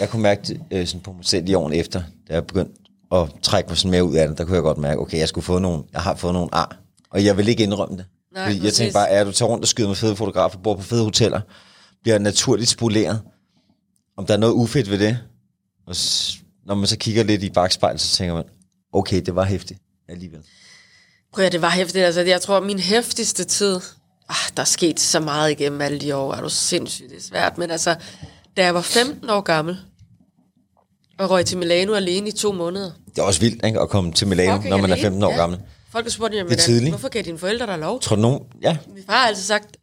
Speaker 2: jeg kunne mærke det, øh, sådan på mig selv i årene efter, da jeg begyndte at trække mig sådan mere ud af det, der kunne jeg godt mærke, okay, jeg skulle få nogle, jeg har fået nogle ar, og jeg vil ikke indrømme det.
Speaker 1: Nej,
Speaker 2: Fordi jeg
Speaker 1: præcis.
Speaker 2: tænkte bare, er du tager rundt og skyder med fede fotografer, bor på fede hoteller, bliver naturligt spoleret, om der er noget ufedt ved det, og s- når man så kigger lidt i bagspejlet, så tænker man, okay, det var hæftigt alligevel.
Speaker 1: prøv at det var hæftigt. Altså, jeg tror, min hæftigste tid... Ah, der er sket så meget igennem alle de år. Er du sindssygt, det er svært. Men altså, da jeg var 15 år gammel, og røg til Milano alene i to måneder.
Speaker 2: Det er også vildt, ikke, at komme til Milano,
Speaker 1: Fucking
Speaker 2: når man er
Speaker 1: alene,
Speaker 2: 15 år
Speaker 1: ja.
Speaker 2: gammel.
Speaker 1: Folk spurgte mig,
Speaker 2: Det er tidligt.
Speaker 1: hvorfor gav dine forældre dig lov?
Speaker 2: Tror du nogen, ja,
Speaker 1: Min far har altid sagt,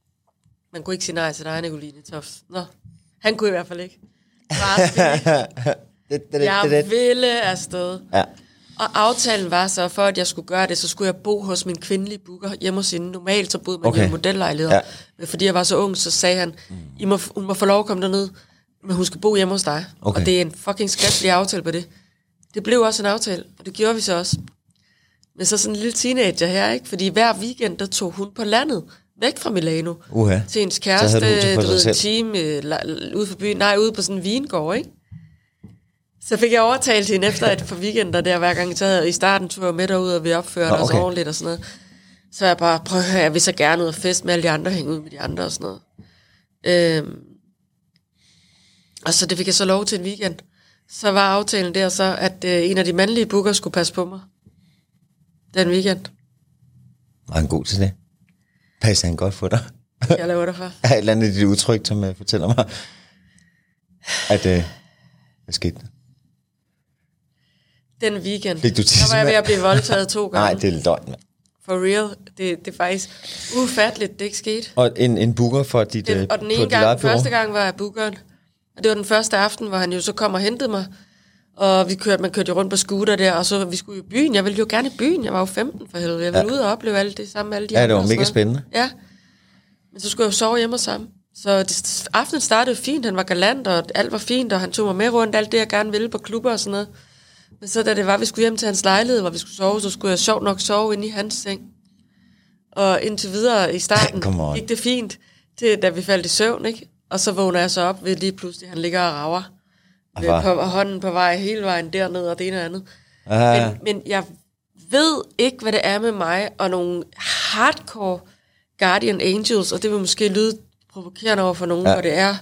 Speaker 1: man kunne ikke sige nej til dig, Nicoline Toft. Nå, han kunne i hvert fald ikke. Far skulle ikke.
Speaker 2: det, det, det, det,
Speaker 1: Jeg
Speaker 2: det.
Speaker 1: ville afsted.
Speaker 2: Ja.
Speaker 1: Og aftalen var så, for at jeg skulle gøre det, så skulle jeg bo hos min kvindelige booker hjemme hos hende. Normalt så boede man
Speaker 2: Okay.
Speaker 1: okay. i en modellejlighed.
Speaker 2: Ja.
Speaker 1: Ja. Men fordi jeg var så ung, så sagde han, I må, hun må få lov at komme derned, men hun skal bo hjemme hos dig.
Speaker 2: Okay.
Speaker 1: Og det er en fucking skriftlig aftale på det. Det blev også en aftale, og det gjorde vi så også. Men så sådan en lille teenager her, ikke? Fordi hver weekend, der tog hun på landet, væk fra Milano,
Speaker 2: Uha.
Speaker 1: til hendes
Speaker 2: Så havde
Speaker 1: kæreste,
Speaker 2: du huset for
Speaker 1: du
Speaker 2: sig
Speaker 1: ved, en
Speaker 2: selv.
Speaker 1: time øh, la- la- ude for byen, nej, ude på sådan en vingård, ikke? Så fik jeg overtalt hende efter, at for weekender der hver gang, så havde, i starten tog jeg med derud, og vi opførte
Speaker 2: Nå,
Speaker 1: okay. os
Speaker 2: okay.
Speaker 1: ordentligt og sådan noget. Så jeg bare, prøv at høre, jeg vil så gerne ud og fest med alle de andre, hænge ud med de andre og sådan noget. Øhm, og så det fik jeg så lov til en weekend. Så var aftalen der så, at øh, en af de mandlige booker skulle passe på mig. Den weekend.
Speaker 2: Var han god til det? Passer han godt for dig?
Speaker 1: Jeg laver dig for.
Speaker 2: Er et eller andet i dit udtryk, som uh, fortæller mig, at uh, hvad skete der?
Speaker 1: Den weekend.
Speaker 2: Fik
Speaker 1: der var
Speaker 2: du
Speaker 1: jeg
Speaker 2: tissemand?
Speaker 1: ved at blive voldtaget to gange.
Speaker 2: Nej, det er løgn, mand.
Speaker 1: For real, det, det er faktisk ufatteligt, det ikke skete.
Speaker 2: Og en, en booker for dit, øh,
Speaker 1: Den, og den
Speaker 2: på
Speaker 1: ene
Speaker 2: dit
Speaker 1: gang,
Speaker 2: eget
Speaker 1: den
Speaker 2: bureau.
Speaker 1: første gang var jeg bookeren, og det var den første aften, hvor han jo så kom og hentede mig, og vi kørte, man kørte jo rundt på scooter der, og så vi skulle i byen, jeg ville jo gerne i byen, jeg var jo 15 for helvede, jeg ville ja. ud og opleve alt det sammen med alle de
Speaker 2: Ja, det
Speaker 1: andre
Speaker 2: var
Speaker 1: og sådan
Speaker 2: mega
Speaker 1: noget.
Speaker 2: spændende.
Speaker 1: Ja, men så skulle jeg jo sove hjemme hos ham. Så det, aftenen startede fint, han var galant, og alt var fint, og han tog mig med rundt, alt det jeg gerne ville på klubber og sådan noget. Men så da det var, at vi skulle hjem til hans lejlighed, hvor vi skulle sove, så skulle jeg sjovt nok sove inde i hans seng. Og indtil videre i starten
Speaker 2: Come on.
Speaker 1: gik det fint, til, da vi faldt i søvn, ikke? Og så vågner jeg så op ved lige pludselig, han ligger og rager.
Speaker 2: hvad?
Speaker 1: Med på, og hånden på vej hele vejen derned og det ene og andet.
Speaker 2: Ah.
Speaker 1: Men, men jeg ved ikke, hvad det er med mig og nogle hardcore Guardian Angels, og det vil måske lyde provokerende over for nogen,
Speaker 2: Ja.
Speaker 1: ja. hvor det er,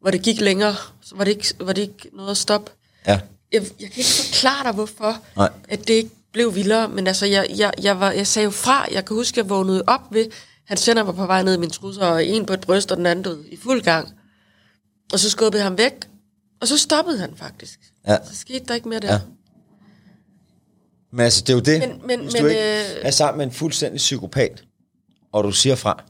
Speaker 1: hvor det gik længere, så var det ikke, var det ikke noget at stoppe
Speaker 2: Ja,
Speaker 1: jeg, jeg kan ikke forklare dig, hvorfor
Speaker 2: Nej.
Speaker 1: at det ikke blev vildere, men altså, jeg, jeg, jeg, var, jeg sagde jo fra, jeg kan huske, jeg vågnede op ved, han sender mig på vej ned i min trusser, og en på et bryst, og den anden død, i fuld gang. Og så skubbede jeg ham væk, og så stoppede han faktisk.
Speaker 2: ja.
Speaker 1: Så skete der ikke mere der.
Speaker 2: Ja.
Speaker 1: Ja.
Speaker 2: Men altså, det er jo det.
Speaker 1: Men- men-
Speaker 2: Hvis du
Speaker 1: men,
Speaker 2: ikke
Speaker 1: øh,
Speaker 2: er sammen med en fuldstændig psykopat, og du siger fra,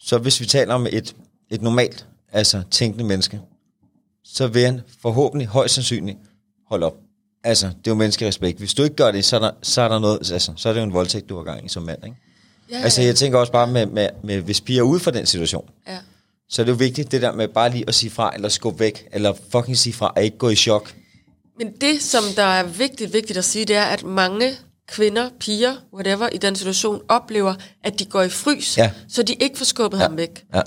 Speaker 2: så hvis vi taler om et, et normalt, altså tænkende menneske, så vil han forhåbentlig højst sandsynligt holde op. Altså, det er jo menneskelig respekt. Hvis du ikke gør det, så er der, så er der noget, altså, så er det jo en voldtægt, du har gang i som mand, ikke? Ja, altså, jeg tænker også bare med, med, med hvis piger er ude for den situation,
Speaker 1: Ja.
Speaker 2: så er det jo vigtigt, det der med bare lige at sige fra, eller skubbe væk, eller fucking sige fra, og ikke gå i chok.
Speaker 1: Men det, som der er vigtigt, vigtigt at sige, det er, at mange kvinder, piger, whatever, i den situation, oplever, at de går i frys,
Speaker 2: Ja.
Speaker 1: så de ikke får skubbet ja. ham væk.
Speaker 2: Ja,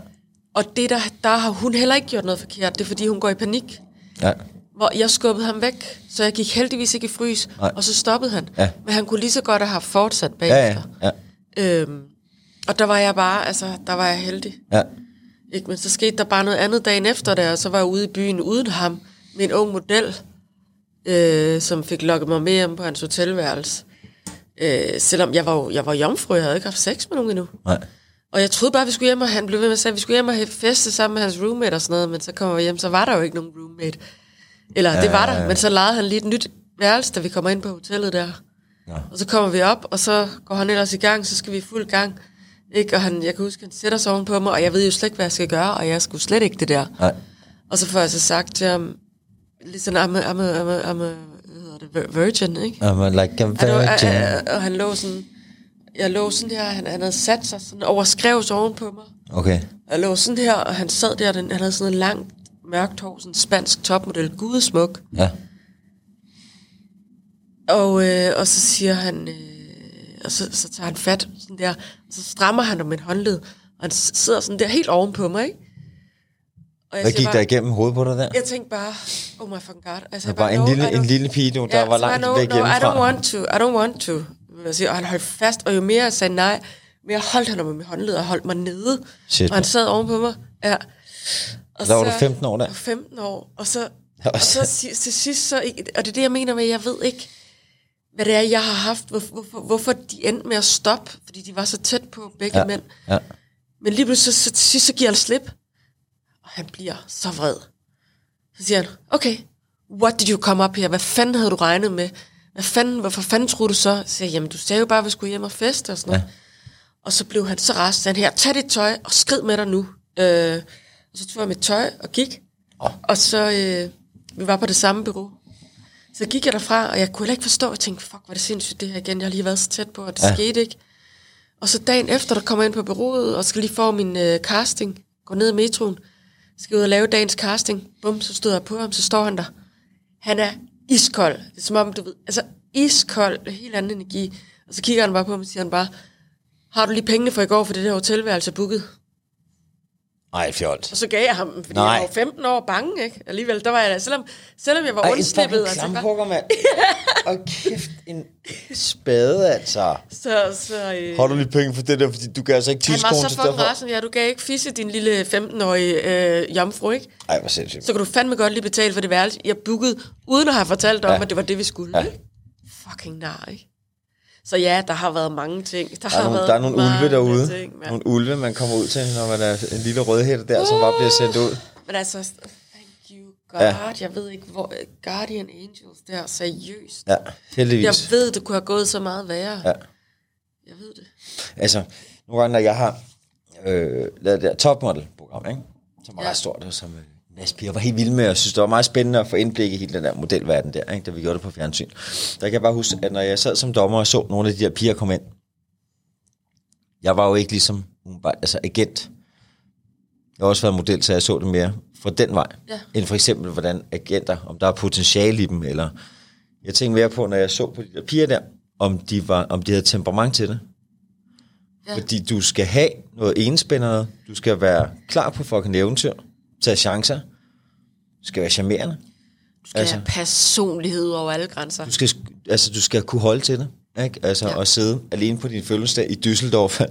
Speaker 1: Og det der, der har hun heller ikke gjort noget forkert, det er, fordi hun går i panik.
Speaker 2: ja,
Speaker 1: Hvor jeg skubbede ham væk, så jeg gik heldigvis ikke i frys,
Speaker 2: Nej.
Speaker 1: og så stoppede han.
Speaker 2: Ja.
Speaker 1: Men han kunne lige så godt have haft fortsat
Speaker 2: ja, ja,
Speaker 1: bagefter.
Speaker 2: ja,
Speaker 1: Øhm, og der var jeg bare, altså, der var jeg heldig.
Speaker 2: ja.
Speaker 1: Ikke? Men så skete der bare noget andet dagen efter det, og så var jeg ude i byen uden ham med en ung model, øh, som fik lokket mig med hjem på hans hotelværelse. Øh, selvom jeg var, jo- jeg var jomfru, jeg havde ikke haft sex med nogen endnu.
Speaker 2: Nej.
Speaker 1: Og jeg troede bare, vi skulle hjem, og han blev ved med at sige, vi skulle hjem og have feste sammen med hans roommate og sådan noget, men så kommer vi hjem, så var der jo ikke nogen roommate. Eller det var der, men så lejede han lige et nyt værelse, da vi kommer ind på hotellet der.
Speaker 2: Nå.
Speaker 1: Og så kommer vi op, og så går han ellers i gang, så skal vi i fuld gang. Ikke? Og han, jeg kan huske, han sætter sig oven på mig, og jeg ved jo slet ikke, hvad jeg skal gøre, og jeg skulle slet ikke det der.
Speaker 2: Nej.
Speaker 1: Og så får jeg så sagt til ham, lidt sådan, I'm a, I'm a, I'm a, I'm a hvad hedder det, vir- virgin, ikke?
Speaker 2: I'm like a
Speaker 1: Og,
Speaker 2: virgin.
Speaker 1: og, og, og han lå sådan, jeg lå sådan her, han, han havde sat sig sådan over skrevs oven på mig.
Speaker 2: Okay.
Speaker 1: Jeg lå sådan her, og han sad der, og den, han havde sådan en langt, mørkt hår, sådan en spansk topmodel, gudesmuk.
Speaker 2: Ja.
Speaker 1: Og, øh, og så siger han, øh, og så, så tager han fat sådan der, og så strammer han om en håndled, og han s- sidder sådan der helt oven på mig, ikke? Og jeg
Speaker 2: Hvad
Speaker 1: siger
Speaker 2: gik
Speaker 1: bare,
Speaker 2: der igennem hovedet på dig der?
Speaker 1: Jeg tænkte bare, oh my fucking god. Altså,
Speaker 2: Der
Speaker 1: jeg
Speaker 2: var en
Speaker 1: no,
Speaker 2: lille,
Speaker 1: I
Speaker 2: en
Speaker 1: don't-
Speaker 2: lille pige, du, der var
Speaker 1: så var
Speaker 2: langt
Speaker 1: no,
Speaker 2: væk
Speaker 1: no, I
Speaker 2: hjemmefra.
Speaker 1: don't want to, I don't want to. vil jeg sige. Og han holdt fast, og jo mere jeg sagde nej, jo mere holdt han om med håndled og holdt mig nede.
Speaker 2: Shit,
Speaker 1: og han
Speaker 2: mand.
Speaker 1: sad oven på mig. Ja. Og
Speaker 2: Der var du 15 år der.
Speaker 1: Jeg var 15 år, og så,
Speaker 2: var
Speaker 1: og så si- til sidst, så, ikke- og det er det, jeg mener med, at jeg ved ikke, hvad det er, jeg har haft, hvor, hvorfor, hvorfor de endte med at stoppe, fordi de var så tæt på begge
Speaker 2: Ja.
Speaker 1: ja. mænd.
Speaker 2: Ja.
Speaker 1: Men lige pludselig, så, så til sidst, så giver han slip. Og han bliver så vred. Så siger han, okay, what did you come up her? Hvad fanden havde du regnet med? Hvad fanden, hvorfor fanden troede du så? Så siger jeg, jamen du sagde jo bare, at vi skulle hjem og feste og sådan noget. Ja. Og så blev han så rast. Så sagde han her, tag dit tøj og skrid med dig nu. Øh, og så tog jeg mit tøj og gik. Oh. Og så, øh, vi var på det samme bureau. Så gik jeg derfra, og jeg kunne heller ikke forstå. Jeg tænkte, fuck, hvor er det sindssygt det her igen. Jeg har lige været så tæt på, og det ja. skete ikke. Og så dagen efter, der kommer jeg ind på bureauet, og skal lige få min øh, casting, går ned i metroen, skal ud og lave dagens casting. Bum, så stod jeg på ham, så står han der. Han er iskold. Det er som om, du ved, altså iskold, helt anden energi. Og så kigger han bare på mig, og siger han bare, har du lige pengene for i går, for det der hotelværelse er booket?
Speaker 2: Ej, fjolt.
Speaker 1: Og så gav jeg ham, dem, fordi
Speaker 2: Nej.
Speaker 1: Nej. jeg var jo 15 år bange, ikke? Alligevel, der var jeg da, selvom, selvom jeg var
Speaker 2: Ej, en
Speaker 1: undslippet.
Speaker 2: fucking
Speaker 1: Og så, bare,
Speaker 2: klampugger, mand. Og kæft, en spade, altså.
Speaker 1: så, så, øh,
Speaker 2: Har du lige penge for det der, fordi du kan altså ikke
Speaker 1: han
Speaker 2: tisse
Speaker 1: var
Speaker 2: konen
Speaker 1: så
Speaker 2: til
Speaker 1: fucking
Speaker 2: derfor?
Speaker 1: rasende, ja, du gav ikke fisse din lille 15-årige øh, jomfru, ikke?
Speaker 2: Ej, hvor sindssygt.
Speaker 1: så kan du fandme godt lige betale for det værelse, jeg bookede, uden at have fortalt dig om,
Speaker 2: Ja.
Speaker 1: at det var det, vi skulle.
Speaker 2: Ja.
Speaker 1: Ja. Fucking nar, ikke? Så ja, der har været mange ting. Der,
Speaker 2: Der er
Speaker 1: har
Speaker 2: nogle,
Speaker 1: været
Speaker 2: der er nogle
Speaker 1: mange
Speaker 2: ulve derude.
Speaker 1: Ting, mand.
Speaker 2: nogle ulve, man kommer ud til, når man er en lille rødhætte der, som bare bliver sendt ud.
Speaker 1: Men altså, thank you God.
Speaker 2: Ja.
Speaker 1: Ja. Jeg ved ikke, hvor... øh, Guardian Angels, det er seriøst.
Speaker 2: Ja, heldigvis.
Speaker 1: Jeg ved, det kunne have gået så meget værre.
Speaker 2: Ja.
Speaker 1: Jeg ved det.
Speaker 2: Altså, nogle gange, når jeg har øh, lavet det der topmodel-program, ikke? som var ja.
Speaker 1: Ja.
Speaker 2: ret stort, og som øh, Mads Piger var helt vild med, og jeg synes, det var meget spændende at få indblik i hele den der modelverden der, ikke? da vi gjorde det på fjernsyn. Der kan jeg bare huske, at når jeg sad som dommer og så nogle af de der piger komme ind, jeg var jo ikke ligesom, umiddelbart, altså agent. Jeg har også været model, så jeg så det mere fra den vej,
Speaker 1: Ja.
Speaker 2: end for eksempel, hvordan agenter, om der er potentiale i dem, eller jeg tænkte mere på, når jeg så på de der piger der, om de, var, om de havde temperament til det. Ja.
Speaker 1: Ja.
Speaker 2: Fordi du skal have noget enspændende, du skal være klar på fucking eventyr, tage chancer, du skal være charmerende,
Speaker 1: Du skal
Speaker 2: Altså.
Speaker 1: altså. have personlighed over alle grænser.
Speaker 2: du skal, altså, du skal kunne holde til det, ikke? Altså ja.
Speaker 1: Ja.
Speaker 2: at sidde alene på din fødselsdag i Düsseldorf,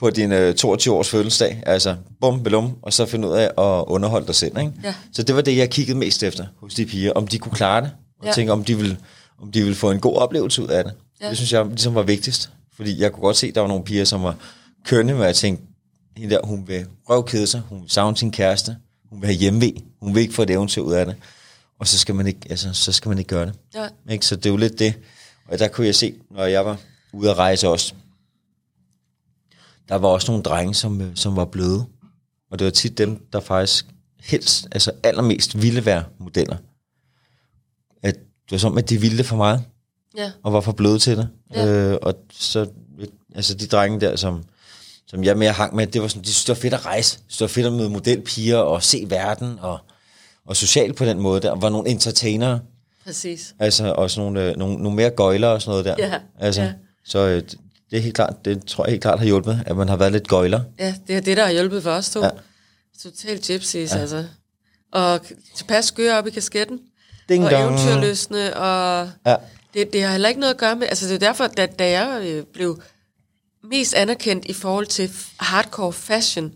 Speaker 2: på din øh, 22-års fødselsdag, altså bum, belum, og så finde ud af at underholde dig selv, ikke?
Speaker 1: Ja.
Speaker 2: Så det var det, jeg kiggede mest efter hos de piger, om de kunne klare det, og ja.
Speaker 1: Ja.
Speaker 2: tænke, om de, ville, om de ville få en god oplevelse ud af det. Ja.
Speaker 1: Ja.
Speaker 2: Det synes jeg ligesom var vigtigst, fordi jeg kunne godt se, at der var nogle piger, som var kønne, hvor jeg tænkte, hende der, hun vil røvkede sig, hun vil savne sin kæreste, hun vil have hjemve, hun vil ikke få et eventyr ud af det, og så skal man ikke, altså, så skal man ikke gøre det.
Speaker 1: Ja.
Speaker 2: Ikke? Så det er jo lidt det. Og der kunne jeg se, når jeg var ude at rejse også, der var også nogle drenge, som, øh, som var bløde. Og det var tit dem, der faktisk helst, altså allermest ville være modeller. At det var som, at de ville det for meget,
Speaker 1: Ja.
Speaker 2: og var for bløde til det.
Speaker 1: Ja.
Speaker 2: Øh, og så, altså de drenge der, som, som jeg mere hang med, det var sådan, de synes, det var fedt at rejse. De synes, det var fedt at møde modelpiger og se verden og, og socialt på den måde der. Var nogle entertainere,
Speaker 1: Præcis.
Speaker 2: altså, og sådan nogle, øh, nogle, nogle mere gøjlere og sådan noget der.
Speaker 1: Ja,
Speaker 2: Altså,
Speaker 1: ja.
Speaker 2: Så øh, det- det er helt klart, det tror jeg helt klart har hjulpet, at man har været lidt gøjler.
Speaker 1: Ja, det er det, der har hjulpet for os to.
Speaker 2: Ja.
Speaker 1: Ja. Totalt gypsies, ja. altså. Og k- tilpas skøre op i kasketten.
Speaker 2: Ding
Speaker 1: og
Speaker 2: dong.
Speaker 1: eventyrløsne, og
Speaker 2: Ja.
Speaker 1: det, det har heller ikke noget at gøre med... Altså, det er derfor, da, da jeg øh, blev mest anerkendt i forhold til f- hardcore fashion,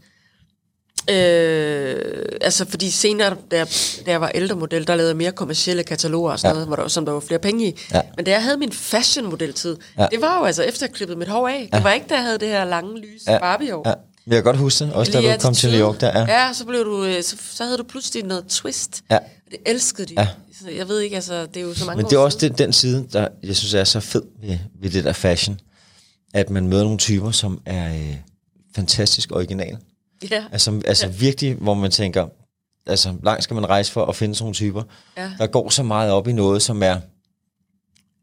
Speaker 1: øh, altså fordi senere, da jeg, da jeg var ældre model, der lavede jeg mere kommercielle kataloger og sådan ja.
Speaker 2: Ja.
Speaker 1: noget, hvor der, som der var flere penge i.
Speaker 2: Ja.
Speaker 1: Men da jeg havde min fashionmodeltid,
Speaker 2: Ja.
Speaker 1: ja. det var jo altså efterklippet mit hår af. Ja. Det var ikke, da jeg havde det her lange, lyse ja. Barbie-hår.
Speaker 2: Ja. Men Jeg kan godt huske det, også da
Speaker 1: Lige
Speaker 2: du kom til New
Speaker 1: attitude.
Speaker 2: York der. Ja.
Speaker 1: ja så, blev du, øh, så, så havde du pludselig noget twist.
Speaker 2: Ja.
Speaker 1: Og det elskede de. Ja. Så jeg ved ikke, altså, det er jo så mange
Speaker 2: Men det er
Speaker 1: år
Speaker 2: også
Speaker 1: siden.
Speaker 2: den, den side, der jeg synes er så fed ved, ved det der fashion, at man møder nogle typer, som er øh, fantastisk originale.
Speaker 1: Ja.
Speaker 2: Altså, altså virkelig, hvor man tænker, altså langt skal man rejse for at finde sådan nogle typer,
Speaker 1: Ja.
Speaker 2: der går så meget op i noget, som er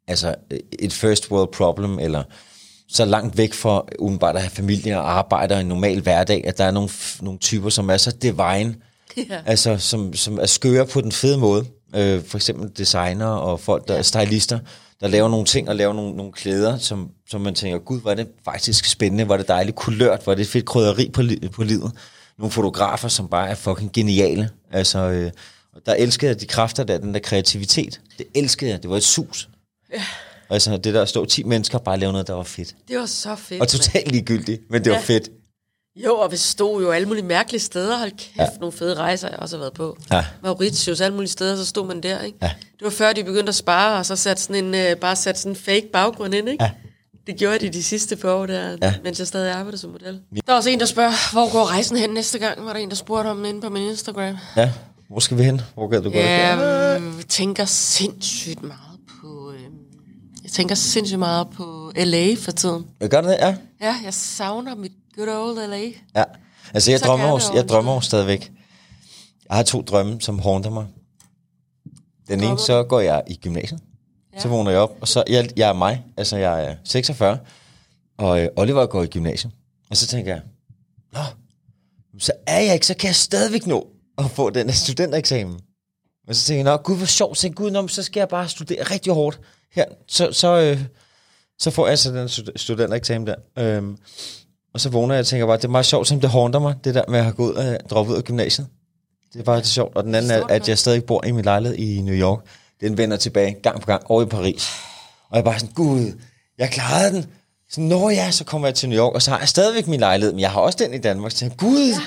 Speaker 2: altså et first world problem, eller så langt væk fra udenbart at have familie og arbejde og en normal hverdag, at der er nogle, f- nogle typer, som er så divine,
Speaker 1: ja.
Speaker 2: altså som, som er skøre på den fede måde. Øh, for eksempel designer og folk, der er stylister, der laver nogle ting og laver nogle, nogle klæder, som, som man tænker, gud, var det faktisk spændende, var det dejligt kulørt, var det et fedt krydderi på, li- på livet. Nogle fotografer, som bare er fucking geniale. Altså, øh, og der elskede jeg de kræfter der, den der kreativitet. Det elskede jeg, det var et sus. Ja. Altså det der at stå 10 mennesker og bare lave noget, der var fedt.
Speaker 1: Det var så fedt.
Speaker 2: Og
Speaker 1: mand.
Speaker 2: totalt ligegyldigt, men det ja. var
Speaker 1: Ja.
Speaker 2: fedt.
Speaker 1: Jo, og vi stod jo alle mulige mærkelige steder. Hold kæft, ja. nogle fede rejser, jeg også har været på.
Speaker 2: Ja.
Speaker 1: Mauritius, alle mulige steder, så stod man der, ikke?
Speaker 2: Ja.
Speaker 1: Det var før, de begyndte at spare, og så satte sådan en, øh, bare satte sådan en fake baggrund ind, ikke?
Speaker 2: Ja.
Speaker 1: Det gjorde de de sidste par år, der, ja. mens jeg stadig arbejdede som model. Der er også en, der spørger, hvor går rejsen hen næste gang? Var der en, der spurgte om det inde på min Instagram?
Speaker 2: Ja, hvor skal vi hen? Hvor gad du godt?
Speaker 1: Ja, jeg tænker sindssygt meget på... Øh, jeg tænker sindssygt meget på L.A. for tiden.
Speaker 2: Ja. Gør du det? Ja.
Speaker 1: Ja, jeg savner mit good old L.A.
Speaker 2: Ja. Altså, jeg
Speaker 1: Så
Speaker 2: drømmer,
Speaker 1: gerne
Speaker 2: jo,
Speaker 1: over
Speaker 2: jeg
Speaker 1: det.
Speaker 2: drømmer jo stadigvæk. Jeg har to drømme, som haunter mig. Den ene,
Speaker 1: Drømmer
Speaker 2: så går jeg i gymnasiet. Ja. Så vågner jeg op, og så jeg, jeg er mig. Altså, jeg er 46, og øh, Oliver går i gymnasiet. Og så tænker jeg, nå, så er jeg ikke, så kan jeg stadigvæk nå at få den her studentereksamen. Men så tænker jeg, nå, gud, hvor sjovt. Så tænker jeg, gud, nå, men så skal jeg bare studere rigtig hårdt her. Så, så, øh, så får jeg så den stud- studentereksamen der. Øhm, og så vågner jeg og tænker bare, det er meget sjovt, som det haunter mig, det der med at have gået og øh, droppet ud af gymnasiet. Det er bare det sjovt. Og den anden er,
Speaker 1: Forstår du
Speaker 2: at jeg stadig bor i min lejlighed i New York. Den vender tilbage gang på gang over i Paris. Og jeg er bare sådan, gud, jeg klarede den. Så når ja, så kommer jeg til New York, og så har jeg stadigvæk min lejlighed, men jeg har også den i Danmark. Så tænker jeg, gud, ja.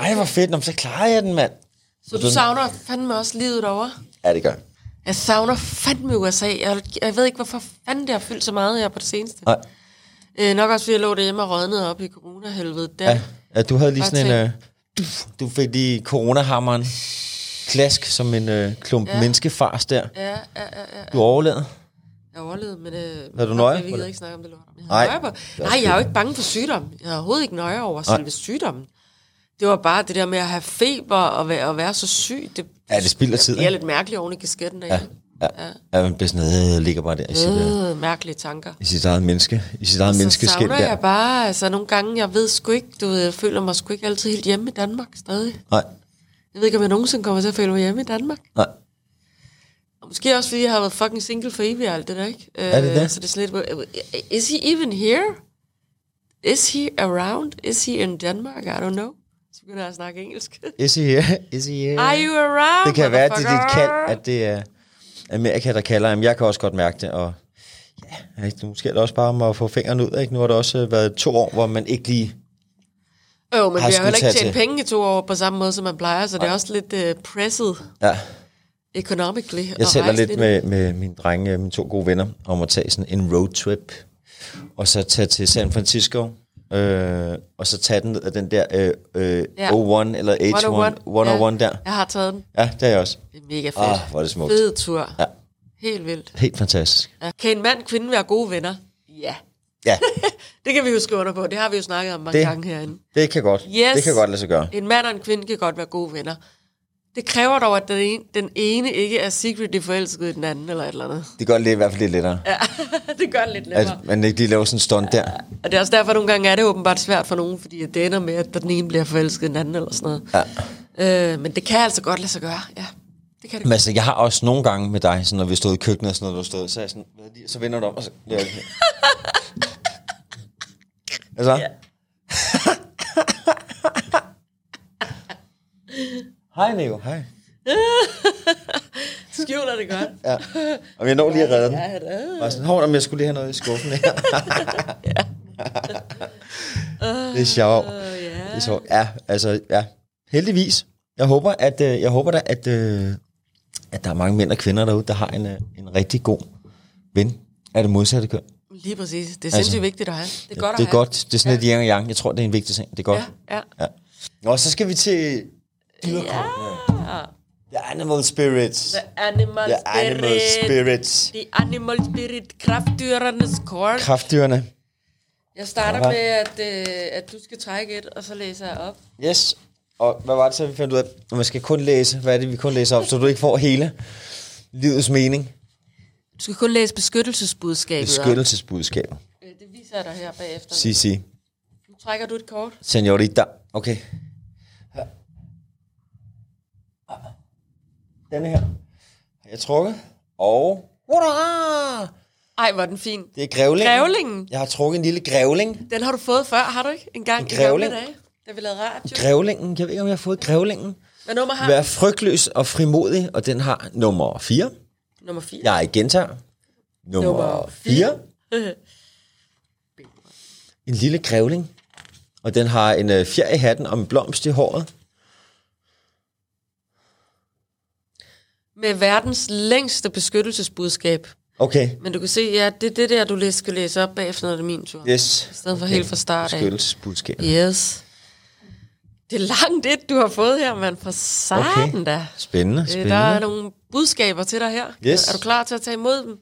Speaker 2: nej, hvor fedt, Nå, men så klarer jeg den, mand.
Speaker 1: Så du savner fandme også livet over.
Speaker 2: Ja, det gør jeg.
Speaker 1: Jeg savner fandme USA. Jeg, jeg ved ikke, hvorfor fanden det har fyldt så meget her på det seneste.
Speaker 2: Nej.
Speaker 1: Øh, nok også, fordi jeg lå derhjemme og rådnede op i coronahelvede der.
Speaker 2: Ja,
Speaker 1: Ja.
Speaker 2: ja du havde lige
Speaker 1: Bare
Speaker 2: sådan en... Øh, du fik lige coronahammeren klask som en øh, klump ja. menneskefars der.
Speaker 1: Ja, ja, ja, ja.
Speaker 2: Du overlevede.
Speaker 1: Jeg overlevede, men... Øh,
Speaker 2: Havde du
Speaker 1: fuck,
Speaker 2: nøje
Speaker 1: Jeg
Speaker 2: på
Speaker 1: gider
Speaker 2: det?
Speaker 1: ikke snakke om det lort. Jeg
Speaker 2: Nej.
Speaker 1: havde nøje på.
Speaker 2: er
Speaker 1: Nej, jeg er jo ikke bange for sygdom. Jeg er overhovedet ikke nøje over Nej. selve sygdommen. Det var bare det der med at have feber og være, at være så syg. Det,
Speaker 2: Ja, det spilder tid,
Speaker 1: Det er
Speaker 2: ikke?
Speaker 1: lidt mærkeligt oven i kasketten derhjemme.
Speaker 2: Ja, ja man bliver sådan, øh, ligger bare der i sit, øh,
Speaker 1: Ja. Øh, mærkelige tanker.
Speaker 2: i sit eget menneske, i sit eget
Speaker 1: Så
Speaker 2: menneskeskilt
Speaker 1: savner
Speaker 2: der.
Speaker 1: jeg bare, altså nogle gange, jeg ved sgu ikke, du ved, jeg føler mig sgu ikke altid helt hjemme i Danmark stadig.
Speaker 2: Nej,
Speaker 1: Jeg ved ikke, om jeg nogensinde kommer til at føle mig hjemme i Danmark.
Speaker 2: nej.
Speaker 1: Og måske også, fordi jeg har været fucking single for evigt og alt det der, ikke?
Speaker 2: Er det
Speaker 1: Øh,
Speaker 2: det?
Speaker 1: Så det er sådan lidt... Is he even here? Is he around? Is he in Denmark? I don't know. Så begynder jeg at snakke engelsk.
Speaker 2: Is he here? Is he here?
Speaker 1: Are you around,
Speaker 2: det kan være, at det er dit
Speaker 1: motherfucker?
Speaker 2: kald, at det er Amerika, der kalder ham. Jeg kan også godt mærke det, og ja, altså, ikke, måske er det også bare om at få fingrene ud. Ikke? Nu har det også øh, været to år, hvor man ikke lige...
Speaker 1: Jo, men vi
Speaker 2: har
Speaker 1: har
Speaker 2: skulle
Speaker 1: heller ikke
Speaker 2: tage
Speaker 1: tjent
Speaker 2: til.
Speaker 1: penge i to år på samme måde, som man plejer, så det er også lidt uh, presset
Speaker 2: Ja,
Speaker 1: economically. at
Speaker 2: Jeg taler
Speaker 1: rejse
Speaker 2: lidt med, med mine drenge, øh, mine to gode venner, om at tage sådan en roadtrip, og så tage til San Francisco, øh, og så tage den ned af den der øh, øh,
Speaker 1: Ja. oh
Speaker 2: O1 eller H1, 101 der.
Speaker 1: Jeg har taget den.
Speaker 2: Ja, det er jeg også.
Speaker 1: Det er mega fedt.
Speaker 2: Ah, hvor er det smukt.
Speaker 1: Fed tur.
Speaker 2: Ja.
Speaker 1: Helt vildt.
Speaker 2: Helt fantastisk.
Speaker 1: Ja. Kan en mand og kvinde være gode venner? Ja.
Speaker 2: Ja,
Speaker 1: Det kan vi jo skrive under på. Det har vi jo snakket om mange
Speaker 2: Det-
Speaker 1: det. gange herinde.
Speaker 2: det kan godt.
Speaker 1: Yes.
Speaker 2: Det kan godt lade sig gøre.
Speaker 1: En mand og en kvinde kan godt være gode venner. Det kræver dog, at den ene, den ene ikke er secretly forelsket i den anden, eller et eller andet.
Speaker 2: Det gør det i hvert fald lidt lettere.
Speaker 1: Ja, det gør det lidt
Speaker 2: At
Speaker 1: nemmere.
Speaker 2: man ikke lige laver sådan en stunt der.
Speaker 1: Og det er også derfor, at nogle gange er det åbenbart svært for nogen, fordi det ender med, at den ene bliver forelsket i den anden, eller sådan noget. Ja. Øh, men det kan altså godt lade sig gøre, ja. Det kan det
Speaker 2: Men altså, jeg har også nogle gange med dig, sådan, når vi stod i køkkenet og sådan noget, du stod, så, er jeg sådan, hvad er det? så vender du om, og så laver jeg det her. altså, ja. hej Nico, hej.
Speaker 1: godt. Skjuler det godt.
Speaker 2: Ja. Om jeg når lige at redde den.
Speaker 1: Ja, det
Speaker 2: Bare sådan, hårdt om jeg skulle lige have noget i skuffen her. det er sjovt.
Speaker 1: Øh,
Speaker 2: Det er sjovt. Ja, altså, ja. Heldigvis. Jeg håber, at, øh, jeg håber da, at, øh, at der er mange mænd og kvinder derude, der har en, øh, en rigtig god ven af det modsatte køn.
Speaker 1: Lige præcis. Det er sindssygt altså, vigtigt at have. Det er godt
Speaker 2: det
Speaker 1: at
Speaker 2: er
Speaker 1: have.
Speaker 2: godt. Det er sådan lidt yang og yang. Jeg tror, det er en vigtig ting. Det er godt.
Speaker 1: Ja, ja.
Speaker 2: ja. Nå, så skal vi til... Ja. The Animal Spirits.
Speaker 1: The animal
Speaker 2: The
Speaker 1: spirit.
Speaker 2: Animal Spirits.
Speaker 1: The animal spirit. Kraftdyrenes kort.
Speaker 2: Kraftdyrene.
Speaker 1: Jeg starter
Speaker 2: Alright.
Speaker 1: med, at, øh, at du skal trække et, og så læser jeg op.
Speaker 2: Yes. Og hvad var det så, vi fandt ud af? Når man skal kun læse, hvad er det, vi kun læser op, så du ikke får hele livets mening.
Speaker 1: Du skal kun læse beskyttelsesbudskabet
Speaker 2: Beskyttelsesbudskabet.
Speaker 1: op. Øh, Det viser jeg dig her bagefter.
Speaker 2: Sig, sig.
Speaker 1: Nu trækker du et kort.
Speaker 2: Senorita. Okay. Her. Denne her. Har jeg trukket. Og... Hurra!
Speaker 1: Ej, hvor er den fin.
Speaker 2: Det er grævlingen.
Speaker 1: Grævlingen.
Speaker 2: Jeg har trukket en lille grævling.
Speaker 1: Den har du fået før, har du ikke? En gang
Speaker 2: En
Speaker 1: i gamle
Speaker 2: grævling.
Speaker 1: dage, da vi lavede radio.
Speaker 2: Grævlingen. Jeg ved ikke, om jeg har fået grævlingen.
Speaker 1: Hvad nummer har
Speaker 2: Vær frygtløs og frimodig, og den har nummer 4.
Speaker 1: Nummer 4. Ja.
Speaker 2: Jeg gentager. Nummer
Speaker 1: Nummer
Speaker 2: 4. en lille grævling. Og den har en øh, fjer i hatten og en blomst i håret.
Speaker 1: Med verdens længste beskyttelsesbudskab.
Speaker 2: Okay.
Speaker 1: Men du kan se, ja, det er det der, du læ- skal læse op bagefter, når det er min tur.
Speaker 2: Yes.
Speaker 1: I stedet for helt fra start af.
Speaker 2: Beskyttelsesbudskab.
Speaker 1: Yes. Det er langt et, du har fået her, mand. For satan okay. da.
Speaker 2: Spændende,
Speaker 1: Øh, Der er
Speaker 2: spændende.
Speaker 1: nogle budskaber til dig her.
Speaker 2: Yes.
Speaker 1: Er du klar til at tage imod dem?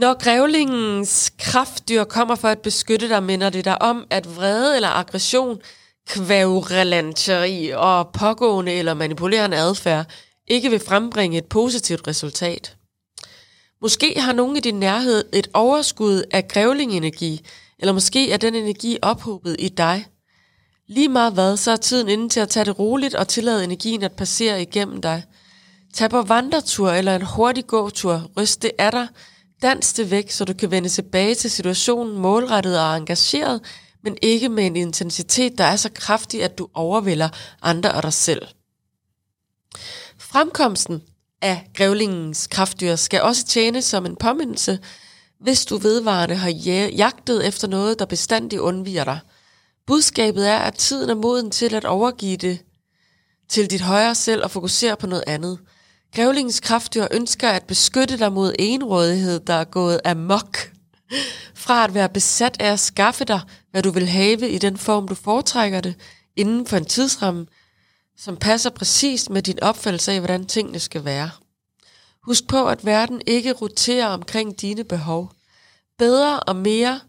Speaker 1: Når grævlingens kraftdyr kommer for at beskytte dig, minder det dig om, at vrede eller aggression, kvævrelanteri og pågående eller manipulerende adfærd ikke vil frembringe et positivt resultat. Måske har nogen i din nærhed et overskud af grævlingenergi, eller måske er den energi ophobet i dig. Lige meget hvad, så er tiden inde til at tage det roligt og tillade energien at passere igennem dig. Tag på vandretur eller en hurtig gåtur, ryst det af dig, dans det væk, så du kan vende tilbage til situationen målrettet og engageret, men ikke med en intensitet, der er så kraftig, at du overvælder andre og dig selv. Fremkomsten af grævlingens kraftdyr skal også tjene som en påmindelse, hvis du vedvarende har jæ- jagtet efter noget, der bestandigt undviger dig. Budskabet er, at tiden er moden til at overgive det til dit højere selv og fokusere på noget andet. Grævlingens kraftdyr ønsker at beskytte dig mod enrådighed, der er gået amok. Fra at være besat af at skaffe dig, hvad du vil have i den form, du foretrækker det, inden for en tidsramme, som passer præcist med din opfattelse af, hvordan tingene skal være. Husk på, at verden ikke roterer omkring dine behov. Bedre og mere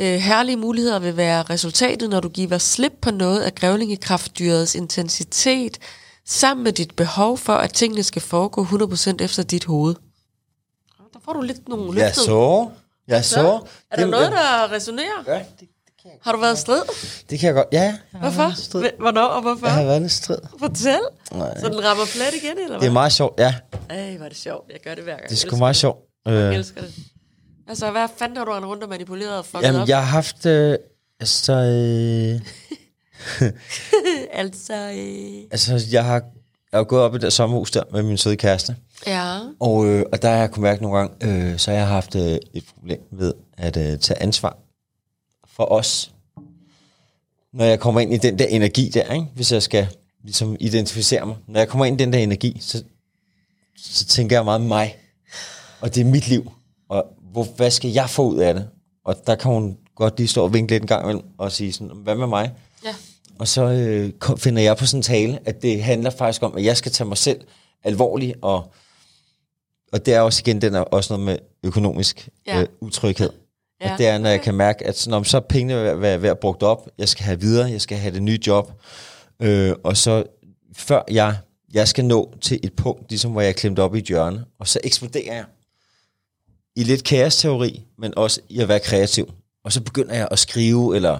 Speaker 1: øh, herlige muligheder vil være resultatet, når du giver slip på noget af grævlingekraftdyrets intensitet, sammen med dit behov for, at tingene skal foregå 100% efter dit hoved. Der får du lidt nogle
Speaker 2: Jeg
Speaker 1: løftede.
Speaker 2: så. Jeg så.
Speaker 1: Er der
Speaker 2: Det-
Speaker 1: noget, der resonerer?
Speaker 2: Ja, det,
Speaker 1: Har du været i strid?
Speaker 2: det kan jeg godt. Ja, jeg har
Speaker 1: Hvorfor?
Speaker 2: været i strid.
Speaker 1: Hvem- Hvornår og hvorfor?
Speaker 2: Jeg har været i strid.
Speaker 1: Fortæl.
Speaker 2: Nej.
Speaker 1: Så den rammer plet igen, eller
Speaker 2: Det
Speaker 1: hvad?
Speaker 2: er meget sjovt. Ja,
Speaker 1: Ej, hvor er det sjovt. Jeg gør det hver gang.
Speaker 2: det er sgu
Speaker 1: Jeg
Speaker 2: meget sjovt.
Speaker 1: elsker,
Speaker 2: Øh,
Speaker 1: jeg elsker det. Altså, hvad fanden har du rendt rundt og manipuleret og fucket
Speaker 2: Jamen,
Speaker 1: op?
Speaker 2: jeg har haft... Øh, altså, øh,
Speaker 1: Altså, øh...
Speaker 2: altså, jeg har jeg har gået op i det der sommerhus der med min søde kæreste.
Speaker 1: ja.
Speaker 2: Og, øh, og der har jeg kunnet mærke nogle gange, øh, så har jeg haft øh, et problem ved at øh, tage ansvar for os. Når jeg kommer ind i den der energi der, ikke? hvis jeg skal ligesom identificere mig. Når jeg kommer ind i den der energi, så, så tænker jeg meget mig. Og det er mit liv. Og hvor, hvad skal jeg få ud af det? Og der kan hun godt lige stå og vinke lidt en gang imellem og sige sådan, hvad med mig?
Speaker 1: Ja.
Speaker 2: Og så øh, kom- finder jeg på sådan en tale, at det handler faktisk om, at jeg skal tage mig selv alvorlig, og, og det er også igen den er også noget med økonomisk
Speaker 1: Ja.
Speaker 2: ja. øh, utryghed.
Speaker 1: Ja.
Speaker 2: Ja. Og det er, når jeg kan mærke, at sådan, om så er pengene ved at være- være brugt op, jeg skal have videre, jeg skal have det nye job, Øh, og så før jeg, jeg skal nå til et punkt, ligesom hvor jeg er klemt op i et hjørne, og så eksploderer jeg. I lidt kaosteori, men også i at være kreativ. Og så begynder jeg at skrive, eller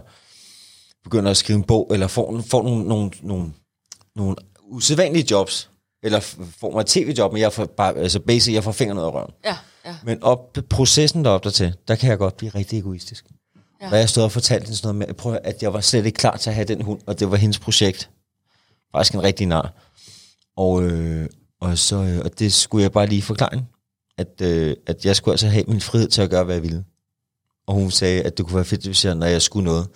Speaker 2: begynder at skrive en bog, eller får, får nogle, nogle, nogle, nogle usædvanlige jobs, eller får mig et tv-job, men jeg får bare, altså basic, jeg får fingrene ud af røven.
Speaker 1: Ja, ja.
Speaker 2: Men op, processen derop der til, der kan jeg godt blive rigtig egoistisk.
Speaker 1: Ja.
Speaker 2: Ja. Og jeg stod og fortalte hende sådan noget med, prøv, at høre, at jeg var slet ikke klar til at have den hund, og det var hendes projekt. Faktisk en rigtig nar. Og, øh, og, så, øh, og det skulle jeg bare lige forklare hende, at, øh, at jeg skulle altså have min frihed til at gøre, hvad jeg ville. Og hun sagde, at det kunne være fedt, hvis jeg, når jeg skulle noget,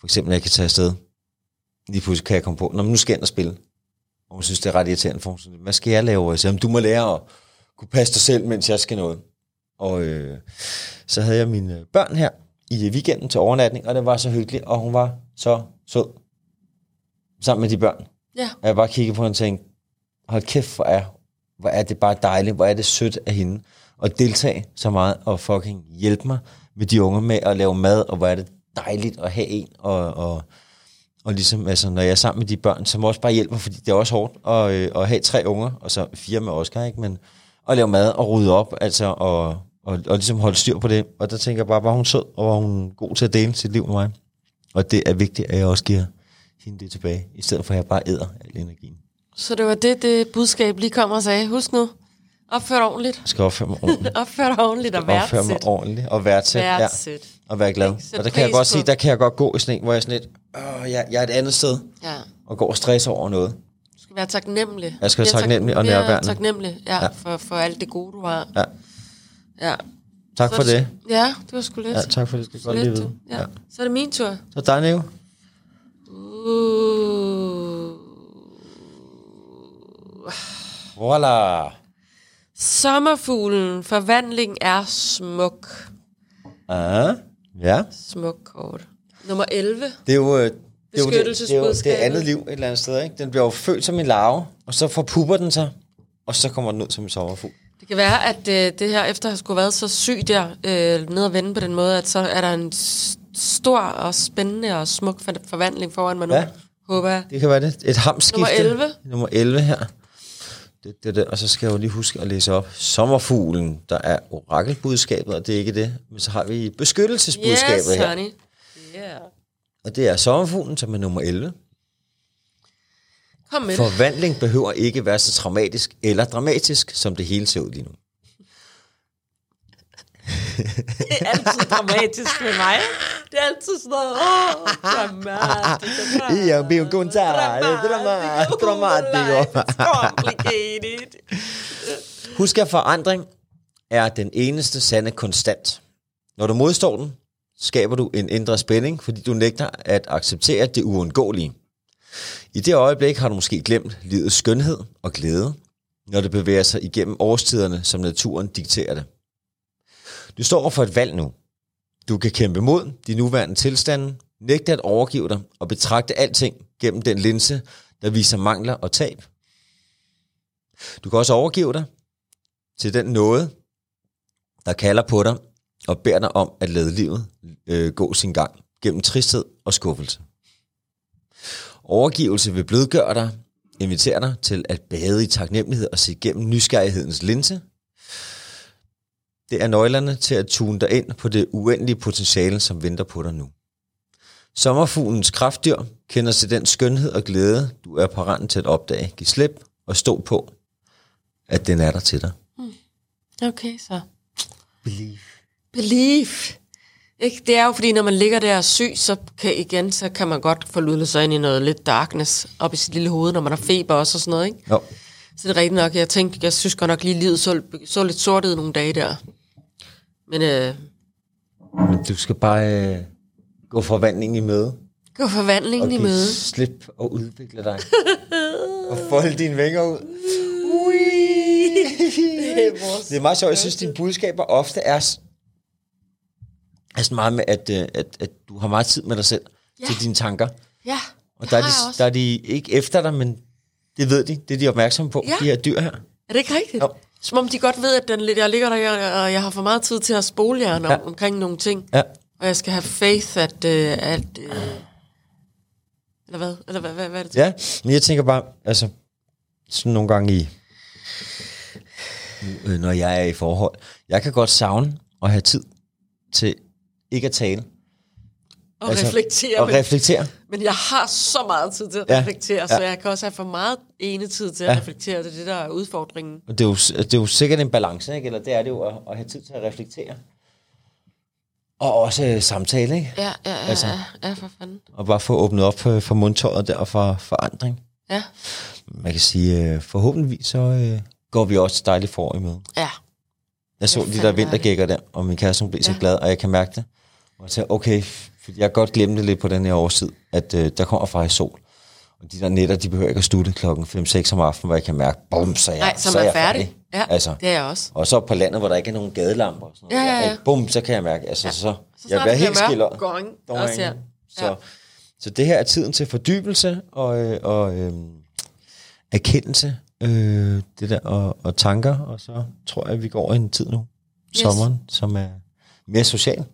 Speaker 2: for eksempel, at jeg kan tage afsted, lige pludselig kan jeg komme på, Nå, men nu skal jeg ind og spille. Og hun synes, det er ret irriterende for hun siger, hvad skal jeg lave? Og jeg siger, "Jamen, du må lære at kunne passe dig selv, mens jeg skal noget. Og øh, så havde jeg mine børn her i weekenden til overnatning, og det var så hyggeligt, og hun var så sød sammen med de børn.
Speaker 1: Ja.
Speaker 2: Og jeg bare kiggede på hende og tænkte, hold kæft, hvor er, hvor er det bare dejligt, hvor er det sødt af hende at deltage så meget og fucking hjælpe mig med de unge med at lave mad, og hvor er det dejligt at have en, og, og, og ligesom, altså, når jeg er sammen med de børn, som også bare hjælper, fordi det er også hårdt at, øh, at have tre unger, og så fire med Oscar, ikke? Men at lave mad og rydde op, altså, og, og, og ligesom holde styr på det. Og der tænker jeg bare, var hun sød, og var hun god til at dele sit liv med mig. Og det er vigtigt, at jeg også giver hende det tilbage, i stedet for at jeg bare æder al energien.
Speaker 1: Så det var det, det budskab lige kom og sagde. Husk nu, opfør dig ordentligt.
Speaker 2: Jeg skal opføre mig ordentligt.
Speaker 1: Opfør dig ordentligt og værdsæt.
Speaker 2: opføre mig ordentligt og værdsæt. Ja,
Speaker 1: Værdsæt.
Speaker 2: og være glad.
Speaker 1: Ikke? Sæt
Speaker 2: Og der kan jeg
Speaker 1: pris
Speaker 2: godt
Speaker 1: på-
Speaker 2: sige, der kan jeg godt gå i sådan en, hvor jeg er sådan lidt, Åh, jeg, jeg er et andet sted,
Speaker 1: Ja.
Speaker 2: og går og stresser over noget.
Speaker 1: Du skal være taknemmelig.
Speaker 2: Jeg skal
Speaker 1: Mere
Speaker 2: være
Speaker 1: tak-
Speaker 2: taknemmelig og
Speaker 1: mere
Speaker 2: nærværende.
Speaker 1: taknemmelig, ja,
Speaker 2: Ja.
Speaker 1: For, for alt det gode, du har.
Speaker 2: Ja.
Speaker 1: ja.
Speaker 2: Tak
Speaker 1: Så
Speaker 2: for
Speaker 1: er
Speaker 2: det.
Speaker 1: Ja, det var sgu lidt.
Speaker 2: Ja, tak for det. Det skal godt
Speaker 1: lidt,
Speaker 2: lige vide.
Speaker 1: du.
Speaker 2: Ja.
Speaker 1: Ja. Så er det min tur.
Speaker 2: Så dig, Neo.
Speaker 1: Uh.
Speaker 2: Voila.
Speaker 1: Sommerfuglen. Forvandling er smuk.
Speaker 2: Ah. Ja.
Speaker 1: Smuk kort. Nummer 11.
Speaker 2: Det er jo... øh, Det er jo, det, det, er jo det
Speaker 1: Beskyttelsesbudskabet.
Speaker 2: andet liv et eller andet sted, ikke? Den bliver jo født som en larve, og så forpupper den sig, og så kommer den ud som en sommerfugl.
Speaker 1: Det kan være, at øh, det her efter har skulle været så sygt der, øh, ned at vende på den måde, at så er der en s- stor og spændende og smuk for- forvandling foran mig nu.
Speaker 2: Ja.
Speaker 1: Håber jeg.
Speaker 2: Det kan være det. Et hamskifte.
Speaker 1: Nummer 11.
Speaker 2: Nummer 11 her. Det, det, det. Og så skal jeg jo lige huske at læse op. Sommerfuglen, der er orakelbudskabet, og det er ikke det. Men så har vi beskyttelsesbudskabet
Speaker 1: Yes,
Speaker 2: her.
Speaker 1: honey. Yeah.
Speaker 2: Og det er sommerfuglen, som er nummer 11.
Speaker 1: Kom med det.
Speaker 2: Forvandling behøver ikke være så traumatisk eller dramatisk, som det hele ser ud lige nu.
Speaker 1: Det er altid dramatisk med mig. Det er altid sådan noget, åh, dramatisk.
Speaker 2: Io vi un contrario, dramma- é drammatico.
Speaker 1: complicated.
Speaker 2: Husk, at forandring er den eneste sande konstant. Når du modstår den, skaber du en indre spænding, fordi du nægter at acceptere det uundgåelige. I det øjeblik har du måske glemt livets skønhed og glæde, når det bevæger sig igennem årstiderne, som naturen dikterer det. Du står over for et valg nu. Du kan kæmpe mod de nuværende tilstande, nægte at overgive dig og betragte alting gennem den linse, der viser mangler og tab. Du kan også overgive dig til den nåde, der kalder på dig og beder dig om at lade livet øh, gå sin gang gennem tristhed og skuffelse. Overgivelse vil blødgøre dig, invitere dig til at bade i taknemmelighed og se gennem nysgerrighedens linse. Det er nøglerne til at tune dig ind på det uendelige potentiale, som venter på dig nu. Sommerfuglens kraftdyr kender til den skønhed og glæde, du er parat til at opdage. Giv slip og stå på, at den er der til dig.
Speaker 1: Okay, så.
Speaker 2: Believe.
Speaker 1: Belief. Ikke? Det er jo fordi, når man ligger der og er syg, så kan, igen, så kan man godt få lydlet sig ind i noget lidt darkness op i sit lille hoved, når man har feber også og sådan noget. Ikke?
Speaker 2: Jo.
Speaker 1: Så det er rigtigt nok, jeg tænkte, jeg synes godt nok lige, livet så, så lidt sort ud nogle dage der. Men øh,
Speaker 2: Men du skal bare øh, gå forvandlingen i møde.
Speaker 1: gå forvandlingen i
Speaker 2: give
Speaker 1: møde.
Speaker 2: slip og udvikle dig. og folde dine vinger ud. Ui. det er meget sjovt. Jeg synes, dine budskaber ofte er, s- er sådan meget med, at, øh, at, at du har meget tid med dig selv ja. til dine tanker.
Speaker 1: Ja,
Speaker 2: Og
Speaker 1: det
Speaker 2: der er,
Speaker 1: har jeg
Speaker 2: de,
Speaker 1: også.
Speaker 2: der er de ikke efter dig, men det ved de. Det er de opmærksomme på,
Speaker 1: Ja.
Speaker 2: ja. de her dyr her.
Speaker 1: Er det ikke rigtigt?
Speaker 2: Jo.
Speaker 1: Som om de godt ved, at den, lidt- jeg ligger der, og jeg har for meget tid til at spole jer ja.
Speaker 2: Ja.
Speaker 1: omkring nogle ting.
Speaker 2: Ja.
Speaker 1: Og jeg skal have faith, at, øh, at øh, Eller hvad? Eller hvad, hvad, hvad er det?
Speaker 2: Ja, men jeg tænker bare, altså, sådan nogle gange i, øh, når jeg er i forhold, jeg kan godt savne at have tid til ikke at tale.
Speaker 1: Og altså, reflektere.
Speaker 2: Og reflektere.
Speaker 1: Men jeg har så meget tid til at
Speaker 2: Ja,
Speaker 1: reflektere, ja. så jeg kan også have for meget ene tid til at
Speaker 2: Ja.
Speaker 1: reflektere. Det er det, der er udfordringen.
Speaker 2: Og det er, jo, det er jo sikkert en balance, ikke? Eller det er det jo at, at have tid til at reflektere. Og også øh, samtale, ikke?
Speaker 1: Ja, ja, ja,
Speaker 2: Altså.
Speaker 1: ja, ja for fanden.
Speaker 2: Og bare få åbnet op øh, for, for mundtøjet der og for forandring.
Speaker 1: Ja,
Speaker 2: Man kan sige, øh, forhåbentlig så øh, går vi også dejligt for i møde.
Speaker 1: ja.
Speaker 2: Jeg så
Speaker 1: Det er
Speaker 2: de der
Speaker 1: fandme
Speaker 2: vintergækker der, og min kæreste hun blev så
Speaker 1: Ja.
Speaker 2: glad, og jeg kan mærke det. Og jeg sagde, okay, for jeg har godt glemt det lidt på den her årstid, at øh, der kommer faktisk sol. Og de der netter, de behøver ikke at slutte klokken 5-6 om aftenen, hvor jeg kan mærke, bum, så er jeg,
Speaker 1: Nej, så
Speaker 2: så
Speaker 1: er
Speaker 2: jeg
Speaker 1: man færdig. Ja,
Speaker 2: Altså,
Speaker 1: det er jeg også.
Speaker 2: Og så på landet, hvor der ikke er nogen gadelamper og sådan noget.
Speaker 1: Ja, ja, ja.
Speaker 2: ikke? Bum, så kan jeg mærke, altså ja. så,
Speaker 1: Så
Speaker 2: jeg
Speaker 1: snart
Speaker 2: bliver
Speaker 1: det bliver
Speaker 2: helt
Speaker 1: mørkt,
Speaker 2: skiller.
Speaker 1: går ingen også her.
Speaker 2: Så,
Speaker 1: Ja.
Speaker 2: så det her er tiden til fordybelse og, øh, og øh, erkendelse, øh, det der, og, og tanker, og så tror jeg, at vi går over i en tid nu, yes.
Speaker 1: Yes.
Speaker 2: sommeren, som er mere social.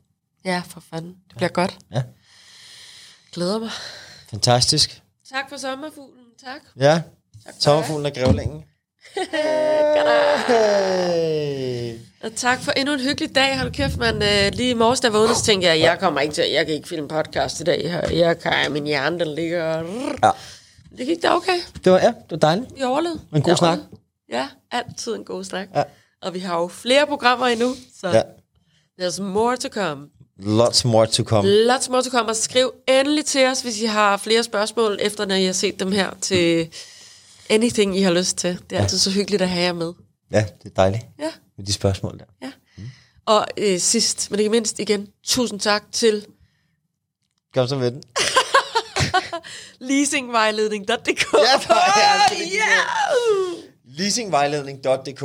Speaker 1: Ja, for fanden. Det bliver godt.
Speaker 2: Ja.
Speaker 1: Glæder mig.
Speaker 2: Fantastisk.
Speaker 1: Tak for sommerfuglen. Tak.
Speaker 2: Ja, sommerfuglen og grævlingen. Hey.
Speaker 1: Og tak for endnu en hyggelig dag. Hold kæft, man. Øh, lige i morges, der vågnede, så tænkte jeg, jeg kommer ikke til, jeg kan ikke filme podcast i dag. Jeg- Jeg kan, min hjerne, den ligger...
Speaker 2: Ja.
Speaker 1: Det gik da okay.
Speaker 2: Det var, ja, det var dejligt.
Speaker 1: Vi overlevede.
Speaker 2: En god
Speaker 1: Ja,
Speaker 2: snak.
Speaker 1: Ja, altid en god snak.
Speaker 2: Ja.
Speaker 1: Og vi har jo flere programmer endnu, så
Speaker 2: Ja.
Speaker 1: ja. there's more to come.
Speaker 2: Lots more to come.
Speaker 1: Lots more to come, og skriv endelig til os, hvis I har flere spørgsmål, efter når I har set dem her, til anything, I har lyst til. Det er altid så hyggeligt at have jer med.
Speaker 2: Ja, det er dejligt
Speaker 1: Ja,
Speaker 2: med de spørgsmål der.
Speaker 1: ja. Og øh, sidst, men ikke mindst igen, tusind tak til
Speaker 2: Kom så med den.
Speaker 1: leasingvejledning.dk.
Speaker 2: Ja, for
Speaker 1: yeah!
Speaker 2: helvede. Leasingvejledning.dk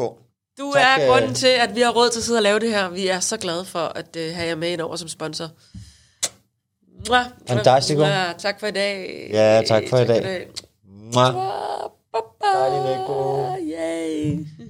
Speaker 1: Du
Speaker 2: Tak,
Speaker 1: tak, er
Speaker 2: øh.
Speaker 1: grunden til, at vi har råd til at sidde og lave det her. Vi er så glade for at uh, have jer med ind over som sponsor. Mwah.
Speaker 2: Fantastico.
Speaker 1: Mwah. Tak for i dag.
Speaker 2: Ja, tak for i dag.
Speaker 1: dag.
Speaker 2: Mwah.
Speaker 1: Ah, Bye, bye. Yay.